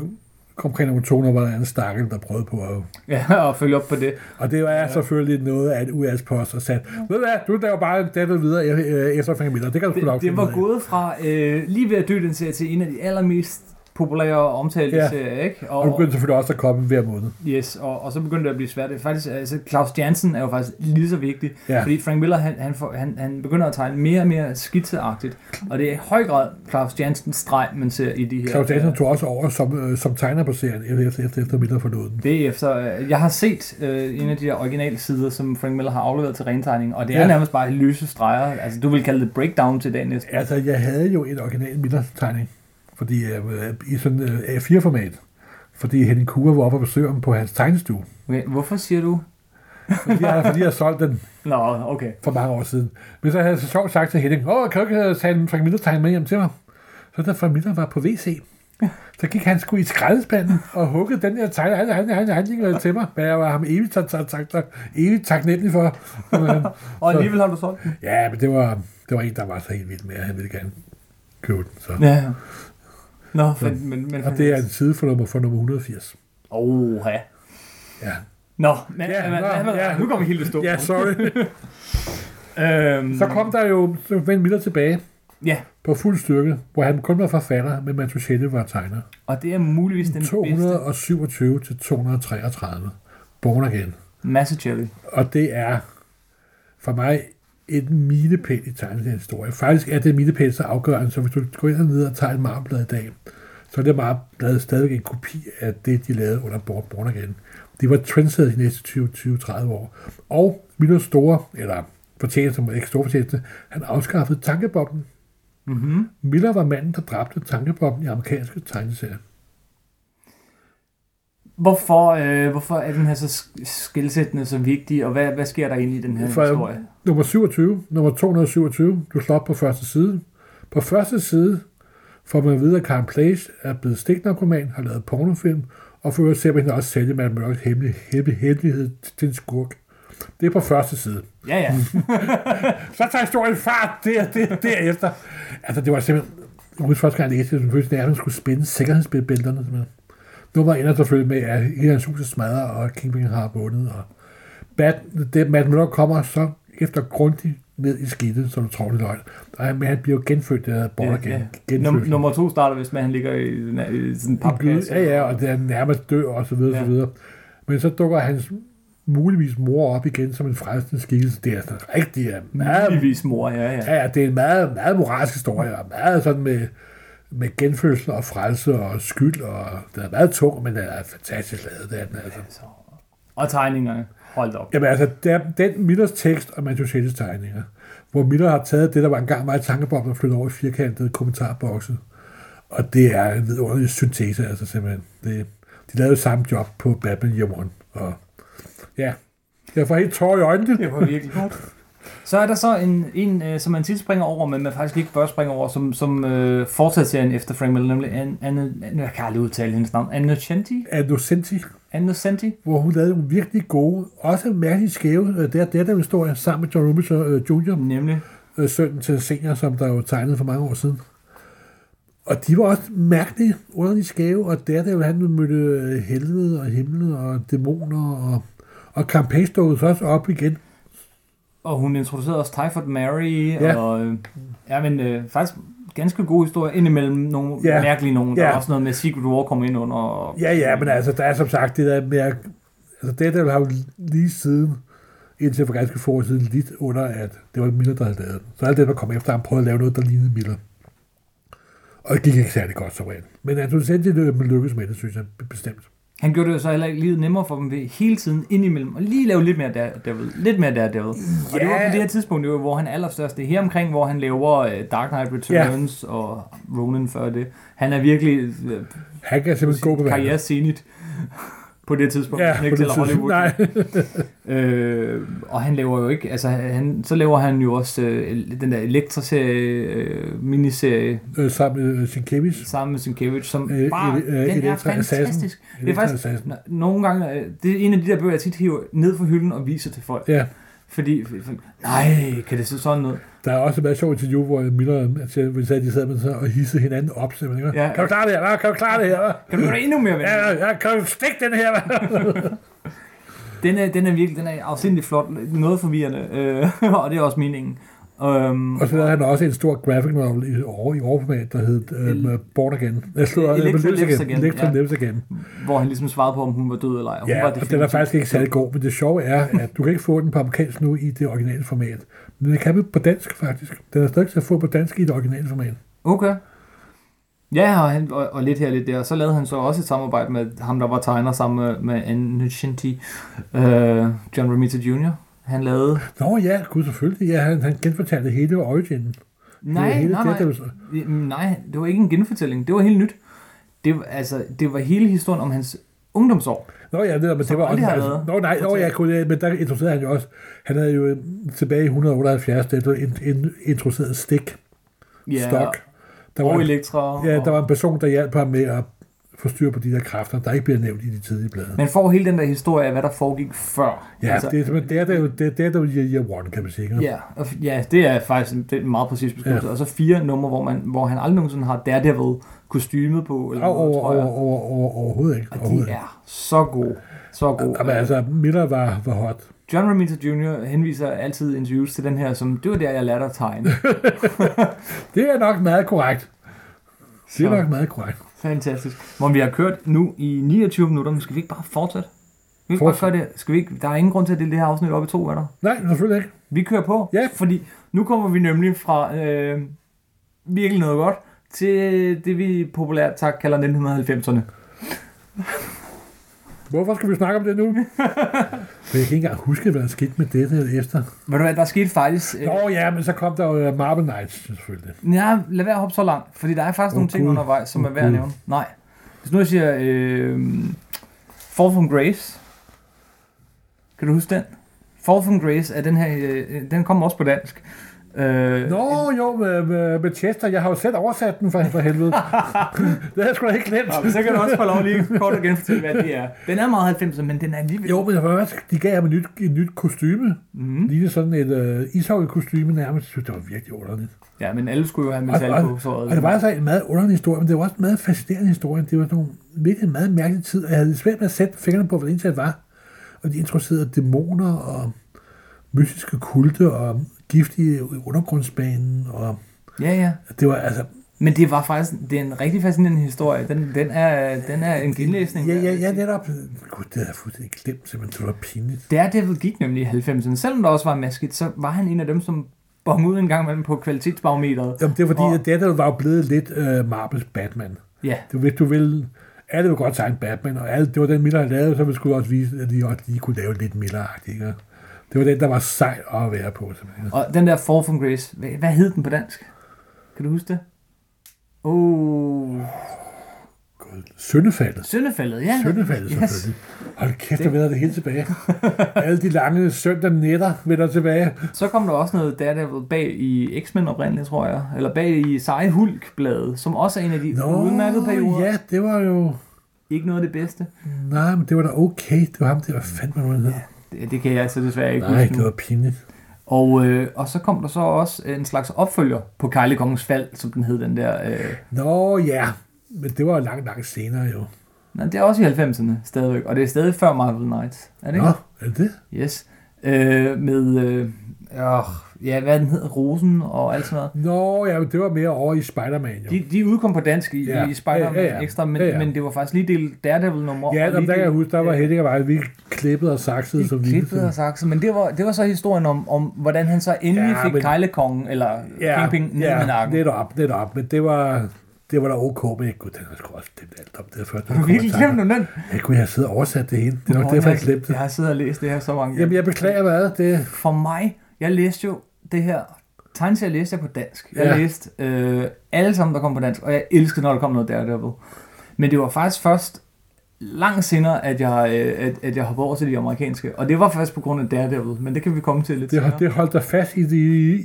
Speaker 2: kom omkring nummer 200, hvor der er en stakkel, der prøvede på at...
Speaker 1: Ja, og følge op på det.
Speaker 2: Og det var ja. selvfølgelig noget af en US post og sat, ved du hvad, du laver bare den der videre øh, efter Frank Miller, det kan du sgu nok
Speaker 1: Det, det
Speaker 2: finde ud
Speaker 1: var
Speaker 2: af."
Speaker 1: gået fra øh, lige ved at dø den serie til en af de allermest populære og omtalte
Speaker 2: Ja.
Speaker 1: ja. serier, ikke?
Speaker 2: Og du begyndte selvfølgelig også at komme hver måned.
Speaker 1: Yes, og, og så begyndte det at blive svært. Det er faktisk, altså, Claus Jansen er jo faktisk lige så vigtig,
Speaker 2: Ja.
Speaker 1: ja. fordi Frank Miller, han, han, får, han, han begynder at tegne mere og mere skitseagtigt, og det er i høj grad Claus Jansens streg, man ser i de her...
Speaker 2: Claus Jensen tog også over som, øh, som tegner på serien, efter, efter, efter Miller forlod den.
Speaker 1: Det er efter, øh, jeg har set øh, en af de her originale sider, som Frank Miller har afleveret til rentegning, og det er
Speaker 2: Ja.
Speaker 1: ja. nærmest bare løse streger. Altså, du vil kalde det breakdown til dag næsten.
Speaker 2: Altså, jeg havde jo en original Miller-tegning, fordi øh, i sådan øh, A4-format, fordi Henning Kure var oppe og besøge ham på hans tegnestue.
Speaker 1: Okay, hvorfor siger du?
Speaker 2: Fordi jeg, fordi jeg solgte den
Speaker 1: Nå, okay.
Speaker 2: for mange år siden. Men så havde jeg så sjovt sagt til Henning, åh, kan du ikke øh, tage en Frank Miller-tegning med hjem til mig? Så da Frank Miller var på WC, så gik han sgu i skraldespanden og huggede den der tegning, han, han, han, han, han til mig, hvad jeg var ham evigt, tak, tak, tak, tak, evigt taknemmelig for.
Speaker 1: Og
Speaker 2: Så-
Speaker 1: alligevel har du solgt den.
Speaker 2: Ja, men det var, det var en, der var så helt vild med, at han ville gerne købe den. Så.
Speaker 1: Ja. Nå, men... men, men
Speaker 2: Og det er en side for nummer, for nummer 180.
Speaker 1: Oha.
Speaker 2: Ja,
Speaker 1: Nå, men,
Speaker 2: Ja,
Speaker 1: ja, men,
Speaker 2: nå,
Speaker 1: nå,
Speaker 2: ja.
Speaker 1: nu kommer vi helt i stå.
Speaker 2: ja sorry.
Speaker 1: Øhm,
Speaker 2: så kom der jo så Van Miller tilbage
Speaker 1: Ja,
Speaker 2: på fuld styrke, hvor han kun var forfatter, men Mantuschette var tegner.
Speaker 1: og det er muligvis den bedste
Speaker 2: 227 til 233. Born Again.
Speaker 1: Massachusetts.
Speaker 2: Og det er for mig et milepæl i tegneseriens historie. Faktisk er det milepæl så afgørende, så hvis du går ind og ned og tager et marmblad i dag, så er det marmblad stadigvæk en kopi af det, de lavede under Born, Born Again. Det var trendsættet de næste 20-30 år. Og Millers store, eller fortjeneste, men ikke store fortjeneste, han afskaffede tankebobben.
Speaker 1: Mm-hmm.
Speaker 2: Miller var manden, der dræbte tankebobben i amerikanske tegneserier.
Speaker 1: Hvorfor, øh, hvorfor er den her så sk- skilsættende så vigtig, og hvad, hvad sker der egentlig i den her
Speaker 2: For-
Speaker 1: For, historie?
Speaker 2: Nummer 27, nummer 227, du slår op på første side. På første side får man at vide, at Karen Place er blevet stiknarkoman, har lavet pornofilm, Og for øvrigt ser man hende også sælge Matt Murdochs hemmelig, hemmelig, hemmelighed til en skurk. Det er på første side.
Speaker 1: Ja, ja.
Speaker 2: Mm, Så tager historien fart der, der, derefter. Altså, det var simpelthen... Jeg husker første gang, jeg læste det, som følelse, at man skulle spænde sikkerhedsbælterne. simpelthen. Nummeret ender selvfølgelig med, at hele hans hus er smadret, og Kingpin har vundet. Og Bat, det, Matt Murdock kommer så efter grundigt ned i skidtet, som du tror, det er løgn. Ej, Men han bliver jo genfødt, der Born Again.
Speaker 1: ja. Num-
Speaker 2: Genfødt.
Speaker 1: nummer to starter, hvis man han ligger i, den her- i sådan en
Speaker 2: i glød,
Speaker 1: papkasse.
Speaker 2: ja, ja, og det er nærmest dør, og så videre, ja.
Speaker 1: Ja.
Speaker 2: så videre. Men så dukker hans muligvis mor op igen som en frelsende skikkelse. Det er sådan rigtig ja, meget,
Speaker 1: Muligvis mor, ja, ja.
Speaker 2: ja, ja, det er en meget, meget moralsk historie, og meget sådan med, med genfødsel og frelse og skyld, og den er meget tung, men den er fantastisk lavet, det er den altså.
Speaker 1: Så. Og tegningerne. Hold da op.
Speaker 2: Jamen altså, der, den Millers tekst og Mantuchettis tegninger, hvor Miller har taget det, der var engang meget tankebobler, og flyttet over i firkantede kommentarbokse. Og det er en vidunderlig syntese, altså simpelthen. Det, de lavede samme job på Batman Year One, og ja, jeg får helt tår i øjnene.
Speaker 1: Det var virkelig godt. Så er der så en, en øh, som man tit springer over, men man faktisk ikke bør springe over, som, som øh, fortsat serien efter Frank Miller, nemlig Anne, Anne, Anne, jeg kan aldrig udtale hendes navn, Anne Chanti?
Speaker 2: Af Nocenti,
Speaker 1: Anne Chanti?
Speaker 2: hvor hun lavede nogle virkelig gode, også mærkeligt skæve, øh, der der der historie sammen med John Rumis øh, Jr.,
Speaker 1: Nemlig.
Speaker 2: øh, sønnen til senior, som der jo tegnede for mange år siden. Og de var også mærkelige, underligt skæve, og der der han mødte øh, helvede og himlen og dæmoner, og, og Campaign stod så også op igen.
Speaker 1: Og hun introducerede også Tyford Mary,
Speaker 2: Ja.
Speaker 1: ja. og øh, ja, men øh, faktisk ganske god historie, indimellem nogle
Speaker 2: Ja.
Speaker 1: ja. mærkelige nogen.
Speaker 2: Ja.
Speaker 1: Der er også noget med Secret War kom ind under. Og,
Speaker 2: Ja, ja, men altså, der er som sagt det der med, at- altså der der har jo lige siden, indtil for ganske få år siden, lidt under, at det var Miller, der havde lavet den. Så alt det, der kom efter ham, prøvede at lave noget, der lignede Miller. Og det gik ikke særlig godt som regel. Men at du sendte det, lykkedes med det, synes jeg bestemt.
Speaker 1: Han gjorde det jo så heller ikke livet nemmere for dem ved hele tiden indimellem, og lige lave lidt mere der, derved, lidt mere der, derved. Ja. Og det var på det her tidspunkt, det var, hvor han er allerstørst. Det er her omkring, hvor han laver øh, Dark Knight Returns ja. og Ronin før det. Han er virkelig øh,
Speaker 2: Han kan simpelthen gå på vandet.
Speaker 1: karriere senigt på det tidspunkt. hvis man ikke
Speaker 2: på det
Speaker 1: tæller
Speaker 2: tidspunkt.
Speaker 1: Hollywood.
Speaker 2: Nej,
Speaker 1: Øh, og han laver jo ikke, altså han, så laver han jo også øh, den der elektraserie, øh, miniserie,
Speaker 2: øh, sammen med øh, Sienkiewicz.
Speaker 1: sammen med Sienkiewicz, som
Speaker 2: Øh,
Speaker 1: øh, bare,
Speaker 2: øh,
Speaker 1: øh,
Speaker 2: øh,
Speaker 1: den er
Speaker 2: Elektra Assassin.
Speaker 1: fantastisk. Det er
Speaker 2: Elektra
Speaker 1: faktisk
Speaker 2: Assassin.
Speaker 1: n- nogle gange, øh, det er en af de der bøger, jeg tit hiver ned fra hylden og viser til folk.
Speaker 2: Ja,
Speaker 1: Fordi, for- for- nej, kan det se sådan ud?
Speaker 2: der er også et meget sjovt interview, hvor Miller altså, hvor de sad, de sad med sig og hissede hinanden op. Simpelthen. Ja.
Speaker 1: Ja.
Speaker 2: Kan du klare det her? hva? Kan du klare det her? hva?
Speaker 1: Kan du gøre det endnu mere
Speaker 2: Ja,
Speaker 1: med?
Speaker 2: ja, ja, kan du stikke den her? hva?
Speaker 1: Den er, den er virkelig, den er afsindelig flot, noget forvirrende, øh, og det er også meningen. Øhm,
Speaker 2: og så lavede han også en stor graphic novel i, over, i overformat, der hed øh, Born Again. Jeg slog,
Speaker 1: Electra
Speaker 2: Electra
Speaker 1: Lives
Speaker 2: Lives Again.
Speaker 1: Again,
Speaker 2: Electra
Speaker 1: ja.
Speaker 2: Lives Again.
Speaker 1: hvor han ligesom svarede på, om hun var død eller ej. og Hun
Speaker 2: Ja,
Speaker 1: var
Speaker 2: og den er
Speaker 1: definitivt-
Speaker 2: faktisk ikke særlig god, men det sjove er, at du kan ikke få den på amerikansk nu i det originale format. Men den kan man på dansk, faktisk. Den er stadig til at få på dansk i det originale format.
Speaker 1: Okay. Ja, og, han, og, og lidt her lidt der. Så lavede han så også et samarbejde med ham, der var tegner sammen med, med Annuchinti, øh, John Romita Jr. Han lavede...
Speaker 2: Nå ja, gud selvfølgelig. Ja, han, han genfortalte hele originen.
Speaker 1: Nej,
Speaker 2: hele
Speaker 1: nej, nej,
Speaker 2: Daredevils-
Speaker 1: Jamen, nej, det var ikke en genfortælling. Det var helt nyt. Det, var- altså, det var hele historien om hans ungdomsår.
Speaker 2: Nå ja, det, der- men det
Speaker 1: Som
Speaker 2: var også...
Speaker 1: aldrig har
Speaker 2: Altså,
Speaker 1: været
Speaker 2: nå nej, nå,
Speaker 1: fortalt.
Speaker 2: jeg kunne, men der introducerede han jo også... Han havde jo øh, tilbage i 178, det var en, en introduceret stik, ja, stok. Der var,
Speaker 1: og
Speaker 2: en,
Speaker 1: Elektra.
Speaker 2: ja,
Speaker 1: og-
Speaker 2: der var en person, der hjalp ham med at få styr på de der kræfter, der ikke bliver nævnt i de tidlige blade.
Speaker 1: Man får hele den der historie af, hvad der foregik før.
Speaker 2: Ja, altså, det, er simpelthen- det er der jo, det, det er der jo i Year One, kan man sige. Ja.
Speaker 1: Ja, og f- ja, det er faktisk en, det er en meget præcis beskrivelse. Ja. Og så fire numre, hvor, man, hvor han aldrig nogensinde har Daredevil kostymet på. Eller
Speaker 2: Over,
Speaker 1: noget,
Speaker 2: over,
Speaker 1: tror jeg.
Speaker 2: over, over, over, overhovedet ikke.
Speaker 1: Og
Speaker 2: overhovedet
Speaker 1: de
Speaker 2: ikke.
Speaker 1: er så gode. Så gode.
Speaker 2: Jamen, altså, Miller var, var hot.
Speaker 1: John Romita Jr. henviser altid i interviews til den her, som det var der, jeg lærte at tegne.
Speaker 2: Det er nok meget korrekt. Det
Speaker 1: Så.
Speaker 2: er nok meget korrekt.
Speaker 1: Fantastisk. Hvor vi har kørt nu i 29 minutter, men skal vi ikke bare fortsætte? Vi kan bare
Speaker 2: Fortsæt.
Speaker 1: gøre det. Skal vi ikke? Der er ingen grund til at dele det her afsnit op i to, er der?
Speaker 2: Nej, selvfølgelig ikke.
Speaker 1: Vi kører på,
Speaker 2: Ja.
Speaker 1: fordi nu kommer vi nemlig fra øh, virkelig noget godt til det, vi populært tak kalder 1990'erne.
Speaker 2: Hvorfor skal vi snakke om det nu? For jeg kan ikke engang huske, hvad der skete med det der efter.
Speaker 1: Ved du hvad, der skete faktisk... Øh,
Speaker 2: Nå ja, men så kom der jo øh, Marble Knights selvfølgelig.
Speaker 1: Ja, lad være at hoppe så langt, fordi der er faktisk
Speaker 2: Åh,
Speaker 1: oh, nogle ting
Speaker 2: Gud.
Speaker 1: undervejs, som
Speaker 2: Åh,
Speaker 1: er værd at
Speaker 2: Gud.
Speaker 1: nævne. Nej. Hvis nu jeg siger øh, Fall from Grace. Kan du huske den? Fall from Grace er den her, øh, øh, den kommer også på dansk. Øh,
Speaker 2: Nå, jo, med, med, med Chester. Jeg har jo selv oversat den for, for helvede. det har jeg sgu da ikke glemt.
Speaker 1: Nå, ah, så kan du også få lov lige kort at genfortælle, hvad det er. Den er meget 90'er, men den er alligevel...
Speaker 2: Jo, men jeg var også- de gav ham et nyt, et nyt kostyme.
Speaker 1: Mhm.
Speaker 2: Mm. Lige sådan et øh, ishockey-kostyme nærmest. Jeg synes, det var virkelig underligt.
Speaker 1: Ja, men alle skulle jo have
Speaker 2: Og,
Speaker 1: metal på
Speaker 2: og,
Speaker 1: såret.
Speaker 2: og det var altså en meget underlig historie, men det var også en meget fascinerende historie. Det var nogle, virkelig en meget mærkelig tid, og jeg havde lidt svært med at sætte fingrene på, hvad det egentlig var. Og de introducerede dæmoner og mystiske kulte og giftige i undergrundsbanen. Og
Speaker 1: Ja, ja.
Speaker 2: det var altså...
Speaker 1: Men det var faktisk det er en rigtig fascinerende historie. Den, den, er, den er en genlæsning.
Speaker 2: Ja, ja, ja, netop. Gud, det havde jeg fuldstændig glemt, simpelthen. Det var pinligt.
Speaker 1: Daredevil gik nemlig i 90'erne. Selvom der også var masket, så var han en af dem, som bong ud en gang imellem på kvalitetsbarometeret.
Speaker 2: Jamen, det var fordi,
Speaker 1: Og-
Speaker 2: oh. at Daredevil var jo blevet lidt øh, Marbles Batman.
Speaker 1: Ja,
Speaker 2: Du, hvis du vil, alle vil godt tegne Batman, og alle, det var den Miller havde lavet, så vi skulle også vise, at de også lige kunne lave lidt miller ikke? Det var den, der var sej at være på, simpelthen.
Speaker 1: og den der Fall from Grace, hvad, hvad hed den på dansk? Kan du huske det? Oh,
Speaker 2: God. Søndefaldet.
Speaker 1: Søndefaldet, ja.
Speaker 2: Søndefaldet, selvfølgelig. Hold kæft, der vender det hele tilbage. alle de lange søndag nætter vender tilbage.
Speaker 1: Så kom der også noget Daredevil bag i X-Men oprindeligt, tror jeg. Eller bag i Seje Hulk-bladet, som også er en af de
Speaker 2: Nå,
Speaker 1: udmærkede perioder.
Speaker 2: ja, det var jo...
Speaker 1: Ikke noget af det bedste.
Speaker 2: Nej, men det var da okay. Det var ham, det var fandme noget. Ja,
Speaker 1: Det, det kan jeg så desværre ikke
Speaker 2: Nej,
Speaker 1: huske nu.
Speaker 2: det var pinligt.
Speaker 1: Og, øh, og så kom der så også en slags opfølger på Kejle Kongens Fald, som den hed, den der. Øh,
Speaker 2: Nå, ja. Men det var jo langt, langt senere, jo.
Speaker 1: nej, det er også i 90'erne stadigvæk, og det er stadig før Marvel Knights. Er det ikke?
Speaker 2: Nå, er det det?
Speaker 1: Yes. Øh, med, øh, øh, ja, hvad den hedder, Rosen og alt sådan noget.
Speaker 2: Nå, ja, men det var mere over i Spider-Man, jo.
Speaker 1: De, de udkom på dansk i,
Speaker 2: Ja.
Speaker 1: i Spider-Man ja, ja, ja. Extra, men, ja, ja. men det var faktisk lige del Daredevil-nummer.
Speaker 2: Ja,
Speaker 1: og
Speaker 2: der,
Speaker 1: lige
Speaker 2: der kan jeg
Speaker 1: del-
Speaker 2: huske, der var
Speaker 1: øh,
Speaker 2: Henning og mig, vi klippede og saksede som
Speaker 1: de
Speaker 2: vilde.
Speaker 1: klippede og sakset, men det var, det var så historien om, om hvordan han så endelig
Speaker 2: Ja,
Speaker 1: ja, fik
Speaker 2: men-
Speaker 1: men... Kejlekongen, eller ja, Kingpin, ned med
Speaker 2: ja,
Speaker 1: nakken.
Speaker 2: netop, netop. Men det var, det var da ok, men jeg, gud, den har sgu også glemt alt om det her før.
Speaker 1: Du har virkelig glemt om den.
Speaker 2: Jeg kunne have siddet og oversat det hele. Det er nok derfor, jeg glemte det.
Speaker 1: Jeg har siddet og læst det her så mange gange.
Speaker 2: Jamen, jeg beklager hvad, det...
Speaker 1: for mig, jeg læste jo det her, tegneserie læste jeg på dansk. Jeg
Speaker 2: Ja.
Speaker 1: ja. læste øh, alle sammen, der kom på dansk, og jeg elskede, når der kom noget Daredevil. Men det var faktisk først langt senere, at jeg, øh, at, at jeg hoppede over til de amerikanske. Og det var faktisk på grund af Daredevil, men det kan vi komme til lidt senere.
Speaker 2: Det, det holdt dig fast i, de,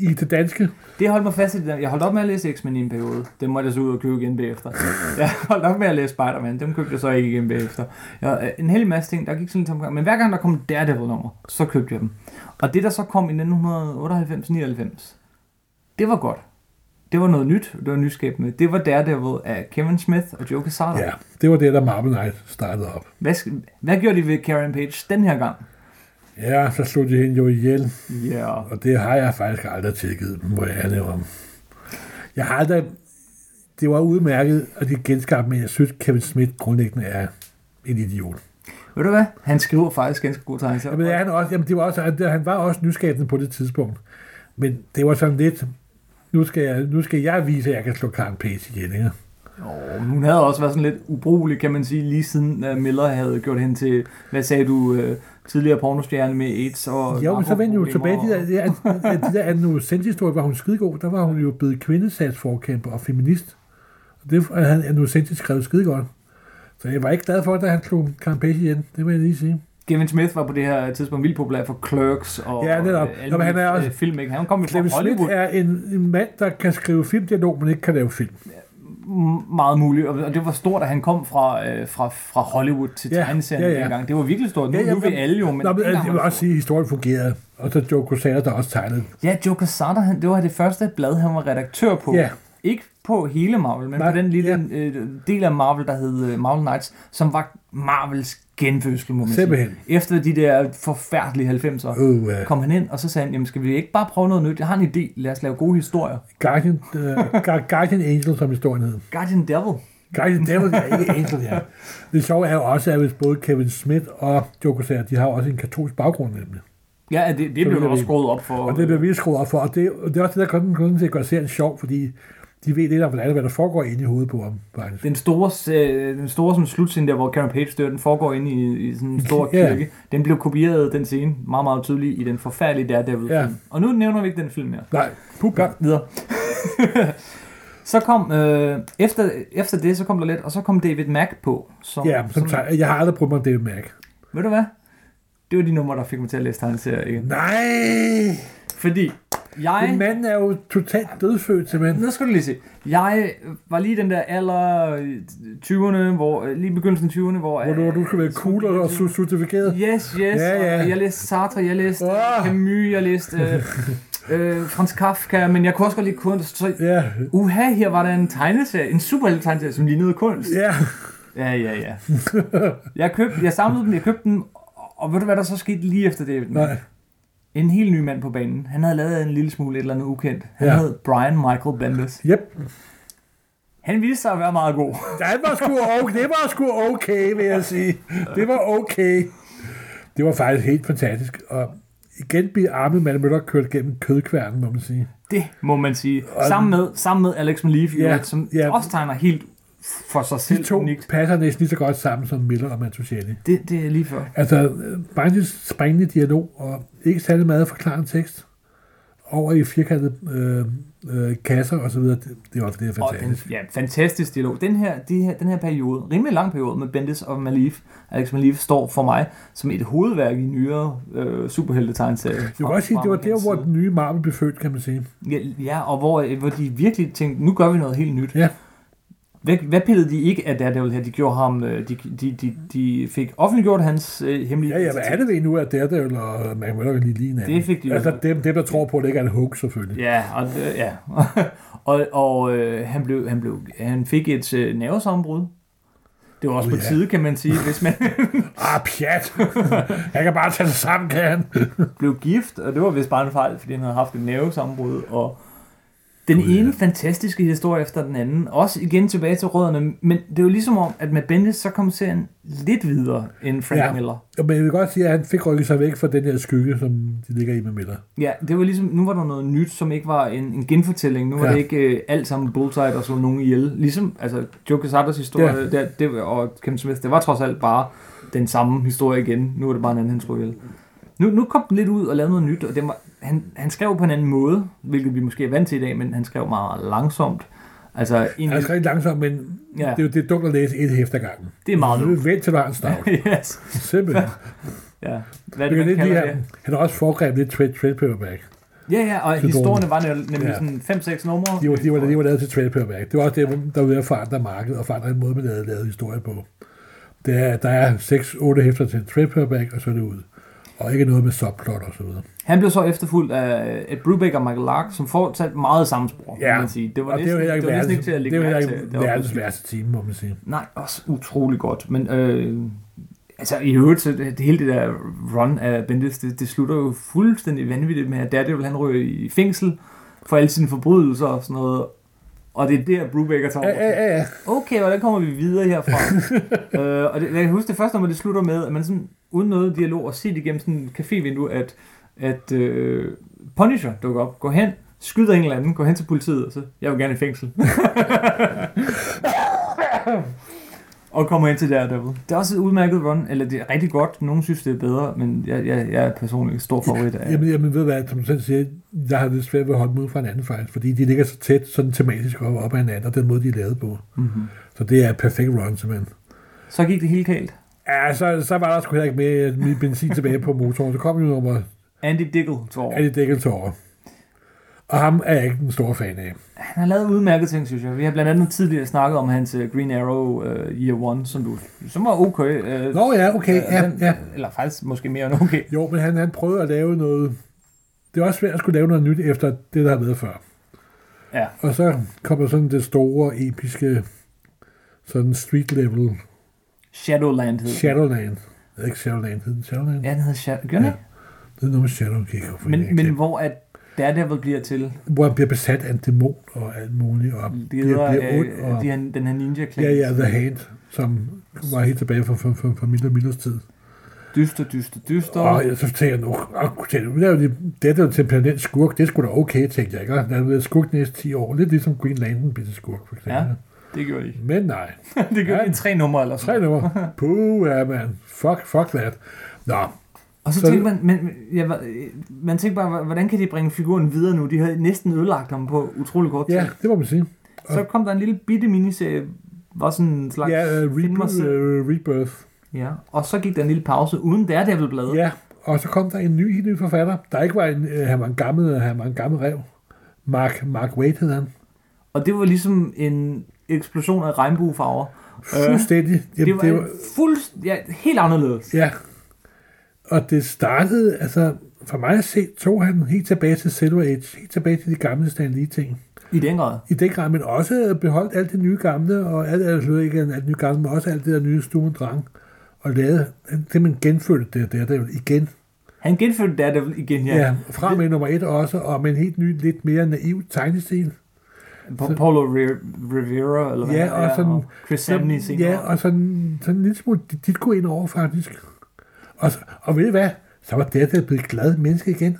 Speaker 2: i det danske.
Speaker 1: Det holdt mig fast i det der. Jeg holdt op med at læse X-Men i en periode. Dem måtte jeg så ud og købe igen bagefter. Jeg holdt op med at læse Spider-Man. Dem købte jeg så ikke igen bagefter. Jeg, øh, en hel masse ting, der gik sådan lidt omkring. Men hver gang der kom Daredevil-nummer, så købte jeg dem. Og det der så kom i 1998-99, det var godt. Det var noget nyt, det var nyskabende. Det var Daredevil af Kevin Smith og Joe Quesada.
Speaker 2: Ja, det var det, der Marvel Knight startede op.
Speaker 1: Hvad, sk- hvad gjorde de ved Karen Page den her gang?
Speaker 2: Ja, så slog de hende jo ihjel,
Speaker 1: Ja, yeah.
Speaker 2: og det har jeg faktisk aldrig tilgivet dem, må jeg ærlig om. Jeg har aldrig... Det var udmærket, og det genskabte, men jeg synes, Kevin Smith grundlæggende er en idiot.
Speaker 1: ved du hvad? Han skriver faktisk ganske god tegneserier.
Speaker 2: Jamen, det er han, også, jamen, det var også, han, han var også nyskabende på det tidspunkt. Men det var sådan lidt, nu skal jeg, nu skal jeg vise, at jeg kan slå Karen Pace igen. Ikke?
Speaker 1: Åh, men hun havde også været sådan lidt ubrugelig, kan man sige, lige siden uh, Miller havde gjort hende til, hvad sagde du, uh, tidligere pornostjerne med AIDS og
Speaker 2: Jo, men så vendte jeg jo tilbage
Speaker 1: narkoproblemer
Speaker 2: til de der, de der, de der Anne Nocenti-historie, hvor hun skidegod. Der var hun jo blevet kvindesatsforkæmper og feminist. Og det havde Anne Nocenti skrevet skidegodt. Så jeg var ikke glad for, da han slog Karen Pace igen. Det vil jeg lige sige.
Speaker 1: og- Kevin Smith var på det her tidspunkt vildt populær for Clerks og
Speaker 2: Ja, netop.
Speaker 1: øh,
Speaker 2: Nå,
Speaker 1: alle
Speaker 2: men han
Speaker 1: mulige,
Speaker 2: er også-
Speaker 1: øh, film, ikke? Han kom jo fra
Speaker 2: Clemens
Speaker 1: Hollywood,
Speaker 2: Schmidt er en, en mand, der kan skrive filmdialog, men ikke kan lave film.
Speaker 1: M- meget muligt, og, og det var stort, at han kom fra, øh, fra, fra Hollywood til
Speaker 2: Ja,
Speaker 1: ja, tegneserien
Speaker 2: ja,
Speaker 1: ja,
Speaker 2: ja.
Speaker 1: ja. dengang. Det var virkelig stort. Nu,
Speaker 2: Ja,
Speaker 1: ja,
Speaker 2: ja,
Speaker 1: nu er vi
Speaker 2: men-
Speaker 1: alle jo, men,
Speaker 2: Nå, men øh, altså,
Speaker 1: dengang var
Speaker 2: jeg vil
Speaker 1: det
Speaker 2: også
Speaker 1: stort.
Speaker 2: sige, at historien fungerede. Og så Joe Quesada, der også tegnede
Speaker 1: Ja, Joe Quesada, han, det var det første blad, han var redaktør på.
Speaker 2: Ja.
Speaker 1: Ikke på hele Marvel, men
Speaker 2: Nej,
Speaker 1: på den lille øh, del af Marvel, der hed øh, Marvel Knights, som var Marvels genfødsel, må man sige.
Speaker 2: Simpelthen.
Speaker 1: Efter de der forfærdelige 90'er,
Speaker 2: Oh, uh,
Speaker 1: kom han ind, og så sagde han, jamen skal vi ikke bare prøve noget nyt? Jeg har en idé, lad os lave gode historier.
Speaker 2: Guardian, uh, Gu- Guardian Angel, som historien hed.
Speaker 1: Guardian Devil.
Speaker 2: Guardian Devil er ikke Angel, ja. Det sjove er jo også, at hvis både Kevin Smith og Joe Quesada, de har jo også en katolsk baggrund nemlig.
Speaker 1: Ja, det, det
Speaker 2: bliver
Speaker 1: blev
Speaker 2: vi-
Speaker 1: også skruet op for.
Speaker 2: Og det bliver vi skruet op for, og det, og det er også det, der kommer grunden til at gøre serien sjov, fordi de ved lidt om, hvordan- hvad der foregår inde i hovedet på ham, faktisk.
Speaker 1: Den store, øh, den store sådan, slutscene der, hvor Karen Page dør, den foregår inde i, i sådan en stor
Speaker 2: Ja.
Speaker 1: kirke. Den blev kopieret, den scene, meget, meget tydeligt i den forfærdelige Daredevil-film.
Speaker 2: Ja.
Speaker 1: Og nu nævner vi ikke den film mere.
Speaker 2: Nej, pup, ja.
Speaker 1: Videre. så kom, øh, efter, efter det, så kom der lidt, og så kom David Mack på. Som,
Speaker 2: ja som tager, jeg har aldrig prøvet mig om David Mack.
Speaker 1: Ved du hvad? Det var de numre, der fik mig til at læse tegneserier igen.
Speaker 2: Nej!
Speaker 1: Fordi Jeg-
Speaker 2: Den mand er jo totalt dødfødt, simpelthen.
Speaker 1: Nu skal du lige se. Jeg var lige den der alder øh, 20'erne, hvor, øh, lige begyndelsen af 20'erne, hvor...
Speaker 2: Hvor du, du skal være cool og su- certificeret.
Speaker 1: Yes, yes.
Speaker 2: Ja, ja.
Speaker 1: og Jeg læste Sartre, jeg læste
Speaker 2: Åh.
Speaker 1: oh. Camus, jeg læste øh, øh, Franz Kafka, men jeg kunne også godt lide kunst. Så,
Speaker 2: Ja,
Speaker 1: uha, her var der en tegneserie, en superhelte tegneserie, som lignede kunst.
Speaker 2: ja.
Speaker 1: Ja, ja, ja. Jeg, købte, jeg samlede dem, jeg købte dem, og- og ved du hvad der så skete lige efter det?
Speaker 2: Nej.
Speaker 1: En helt ny mand på banen. Han havde lavet en lille smule et eller andet ukendt. Han
Speaker 2: Ja.
Speaker 1: ja. hed Brian Michael Bendis.
Speaker 2: Yep.
Speaker 1: Han viste sig at være meget god.
Speaker 2: Det var sgu okay, det var sgu okay, vil jeg sige. Det var okay. Det var faktisk helt fantastisk. Og igen blev arme man Møller kørt gennem kødkværnen, må man sige.
Speaker 1: Det må man sige. Sammen med, sammen med Alex Malief,
Speaker 2: Ja,
Speaker 1: ja, som
Speaker 2: ja.
Speaker 1: ja. også tegner helt for sig
Speaker 2: De
Speaker 1: selv
Speaker 2: to
Speaker 1: unikt.
Speaker 2: passer næsten lige så godt sammen som Miller og Mantucelli.
Speaker 1: Det, det er lige før.
Speaker 2: Altså, Branches springende dialog og ikke særlig meget forklarende tekst over i firkantede øh, øh, kasser og så videre. Det, det er også det er
Speaker 1: Og en
Speaker 2: fantastisk.
Speaker 1: ja, fantastisk dialog. Den her, de her, den her periode, rimelig lang periode med Bendis og Malief, Alex Malief, står for mig som et hovedværk i nyere øh, superhelte-tegnserie.
Speaker 2: Du kan også sige, det var der, hvor den nye Marvel blev født, kan man sige.
Speaker 1: Ja, ja og hvor, øh, hvor de virkelig tænkte, nu gør vi noget helt nyt.
Speaker 2: Ja.
Speaker 1: Hvad, hvad pillede de ikke af Daredevil her? De gjorde ham, øh, de, de, de, de fik offentliggjort hans øh, hemmelige...
Speaker 2: Ja, ja, hvad er det ved nu, at Daredevil og Mac Miller kan lige ligne hinanden?
Speaker 1: Det fik de jo.
Speaker 2: Altså dem, dem, der tror på, at det ikke er en hoax, selvfølgelig.
Speaker 1: Ja, og, øh, ja. og, og øh, han, blev, han, blev, han fik et øh, nervesammenbrud. Det var også
Speaker 2: Oh,
Speaker 1: på
Speaker 2: ja.
Speaker 1: tide, kan man sige, hvis man
Speaker 2: Ah, pjat! Han kan bare tage sig sammen, kan han?
Speaker 1: blev gift, og det var vist bare en fejl, fordi han havde haft et nervesammenbrud, og den ene fantastiske historie efter den anden. Også igen tilbage til rødderne, men det er jo ligesom om, at med Bendis, så kom serien lidt videre end Frank
Speaker 2: Ja.
Speaker 1: ja. Miller.
Speaker 2: Men jeg vil godt sige, at han fik rykket sig væk fra den her skygge, som de ligger i med Miller.
Speaker 1: Ja, det var ligesom, nu var der noget nyt, som ikke var en, en genfortælling. Nu var
Speaker 2: Ja.
Speaker 1: ja. det ikke øh, alt sammen bullseye, der slog nogen ihjel. Ligesom, altså, Joe Quesadas historie
Speaker 2: Ja.
Speaker 1: ja. der, det, var- og Kim Smith, det var trods alt bare den samme historie igen. Nu var det bare en anden, han slog ihjel. Nu, nu kom den lidt ud og lavede noget nyt, og det var, han, han skrev på en anden måde, hvilket vi måske er vant til i dag, men han skrev meget langsomt. Altså,
Speaker 2: Han
Speaker 1: egentlig,
Speaker 2: er rigtig langsomt, men
Speaker 1: ja,
Speaker 2: det er jo det er dumt at læse et hæft ad gangen.
Speaker 1: det er meget
Speaker 2: Nu
Speaker 1: nu.
Speaker 2: vent til, du har en stavl.
Speaker 1: yes.
Speaker 2: Simpelthen.
Speaker 1: Ja. Hvad er det,
Speaker 2: Jeg kan
Speaker 1: man
Speaker 2: lidt lide,
Speaker 1: kalder
Speaker 2: at
Speaker 1: det?
Speaker 2: han har også foregrebet lidt trade, trade paperback.
Speaker 1: Ja, ja, og
Speaker 2: Syndrom.
Speaker 1: historierne var nemlig- nemlig
Speaker 2: Ja.
Speaker 1: sådan 5-6 numre.
Speaker 2: De var, de var, de var lavet til trade paperback. Det var også det, der var ved at forandre markedet og forandre den måde, man havde lavet historie på. Det er, der er 6-8 hæfter til en trade paperback, og så er det ud. Og ikke noget med subplot og så videre.
Speaker 1: Han blev så efterfulgt af et Brubeck og Michael Lark, som fortsatte meget samme spor,
Speaker 2: Ja,
Speaker 1: kan man sige. Det var
Speaker 2: og det er
Speaker 1: næsten,
Speaker 2: jo heller ikke
Speaker 1: det var næsten ikke
Speaker 2: verdens,
Speaker 1: til at
Speaker 2: det
Speaker 1: lægge
Speaker 2: er jo
Speaker 1: mærke
Speaker 2: heller
Speaker 1: til.
Speaker 2: ikke
Speaker 1: Det var
Speaker 2: verdens
Speaker 1: pludselig-
Speaker 2: værste time, må man sige.
Speaker 1: Nej, også utrolig godt. Men øh, altså, i øvrigt, så det, det hele det der run af Bendis, det, det slutter jo fuldstændig vanvittigt med, at Daredevil han ryger i fængsel for alle sine forbrydelser og sådan noget. Og det er der, Brubaker tager
Speaker 2: Ja,
Speaker 1: over.
Speaker 2: ja, ja.
Speaker 1: Okay, hvordan kommer vi videre herfra? øh, og det, jeg kan huske det første, når det slutter med, at man sådan, uden noget dialog og set igennem sådan et cafévindue, at, at øh, Punisher dukker op, går hen, skyder en eller anden, går hen til politiet, og så, jeg vil gerne i fængsel. og kommer ind til Daredevil. Det er også et udmærket run, eller det er rigtig godt, nogen synes det er bedre, men jeg, jeg, jeg er personligt stor favorit af.
Speaker 2: Jamen, jamen, ved du hvad, som du selv siger, jeg har lidt svært ved at holde mod fra hinanden faktisk, fordi de ligger så tæt, sådan tematisk op, op ad hinanden, og den måde, de er lavet på.
Speaker 1: Mm-hmm.
Speaker 2: Så det er et perfekt run, simpelthen.
Speaker 1: Så gik det helt galt.
Speaker 2: Ja, så, så var der sgu heller ikke mere min benzin tilbage på motoren. Så kom jo nummer
Speaker 1: Andy Dickel, tror jeg.
Speaker 2: Andy Dickel tårer. Og ham er jeg ikke den store fan af.
Speaker 1: Han har lavet udmærket ting, synes jeg. Vi har blandt andet tidligere snakket om hans øh, Green Arrow uh, Year One, som, du, som var okay. Uh,
Speaker 2: Nå ja, okay, ja, ja.
Speaker 1: Eller faktisk måske mere end okay.
Speaker 2: Jo, men han, han prøvede at lave noget... Det er også svært at skulle lave noget nyt efter det, der har været før.
Speaker 1: Ja.
Speaker 2: Og så kommer sådan det store, episke, sådan street level
Speaker 1: Shadowland hed den.
Speaker 2: Shadowland. Jeg ved ikke, Shadowland hed den Shadowland? Ja.
Speaker 1: Ja, den hedder Shadow. Gør den
Speaker 2: Ja.
Speaker 1: ikke?
Speaker 2: Det er noget med Shadow, kan jeg ikke men,
Speaker 1: Men, men hvor at Daredevil bliver til
Speaker 2: Hvor han bliver besat af en dæmon og alt muligt, og
Speaker 1: leder
Speaker 2: bliver, bliver
Speaker 1: af øh,
Speaker 2: ond. Og...
Speaker 1: de her, den her ninja klan.
Speaker 2: Ja, ja, The Hand, som var helt tilbage fra, fra, fra, fra Miller Millers tid.
Speaker 1: Dyster, dyster, dyster.
Speaker 2: Og jeg, så tænkte jeg nu, åh, tænkte jeg, nu laver de det der til en permanent skurk, det skulle da okay, tænkte jeg. Ikke? Og Han har været skurk de næste 10 år, lidt ligesom Green Lantern blev til skurk, for eksempel. Ja.
Speaker 1: Ja. Det gjorde de.
Speaker 2: Men nej,
Speaker 1: det gjorde
Speaker 2: Ja.
Speaker 1: de i tre numre eller
Speaker 2: tre
Speaker 1: sådan.
Speaker 2: nummer. Puh, ja, man. Fuck, fuck that. Nå,
Speaker 1: Og så,
Speaker 2: Så-
Speaker 1: tænkte man, men, ja, hva- øh, man tænkte bare, hvordan kan de bringe figuren videre nu? De havde næsten ødelagt ham på utrolig kort tid.
Speaker 2: ja, det må man sige.
Speaker 1: Så kom der en lille bitte miniserie, var sådan en slags...
Speaker 2: Ja, uh,
Speaker 1: Find mig
Speaker 2: reboot,
Speaker 1: selv.
Speaker 2: uh, Rebirth.
Speaker 1: Ja, og så gik der en lille pause uden Daredevil-bladet.
Speaker 2: Ja, Og så kom der en ny, helt ny forfatter, der ikke var en, øh, han var en gammel, øh, han var en gammel rev. Mark, Mark Waid hed han.
Speaker 1: Og det var ligesom en eksplosion af regnbuefarver.
Speaker 2: Øh, Fuldstændig.
Speaker 1: Jamen, det var, det var... Fuld, ja, helt anderledes.
Speaker 2: Ja. Og det startede, altså for mig at se, tog han helt tilbage til Silver Age, helt tilbage til de gamle Stan Lee ting.
Speaker 1: I den grad.
Speaker 2: I den grad, men også beholdt alt det nye gamle, og alt, altså ikke alt det nye gamle, men også alt det der nye Stumen Drang. Og lavede, det man genfødte det der, der igen.
Speaker 1: Han genfødte Daredevil igen, ja.
Speaker 2: Ja, fra med nummer et også, og med en helt ny, lidt mere naiv tegnestil.
Speaker 1: Pa- Paulo Re- Rivera, eller hvad
Speaker 2: Ja,
Speaker 1: han
Speaker 2: og
Speaker 1: er,
Speaker 2: sådan-
Speaker 1: og Chris Samney senere.
Speaker 2: Ja, og sådan, sådan en lille smule dit- dit gå ind over, faktisk. Og, så, og ved I hvad? Så var det der blevet glad menneske igen.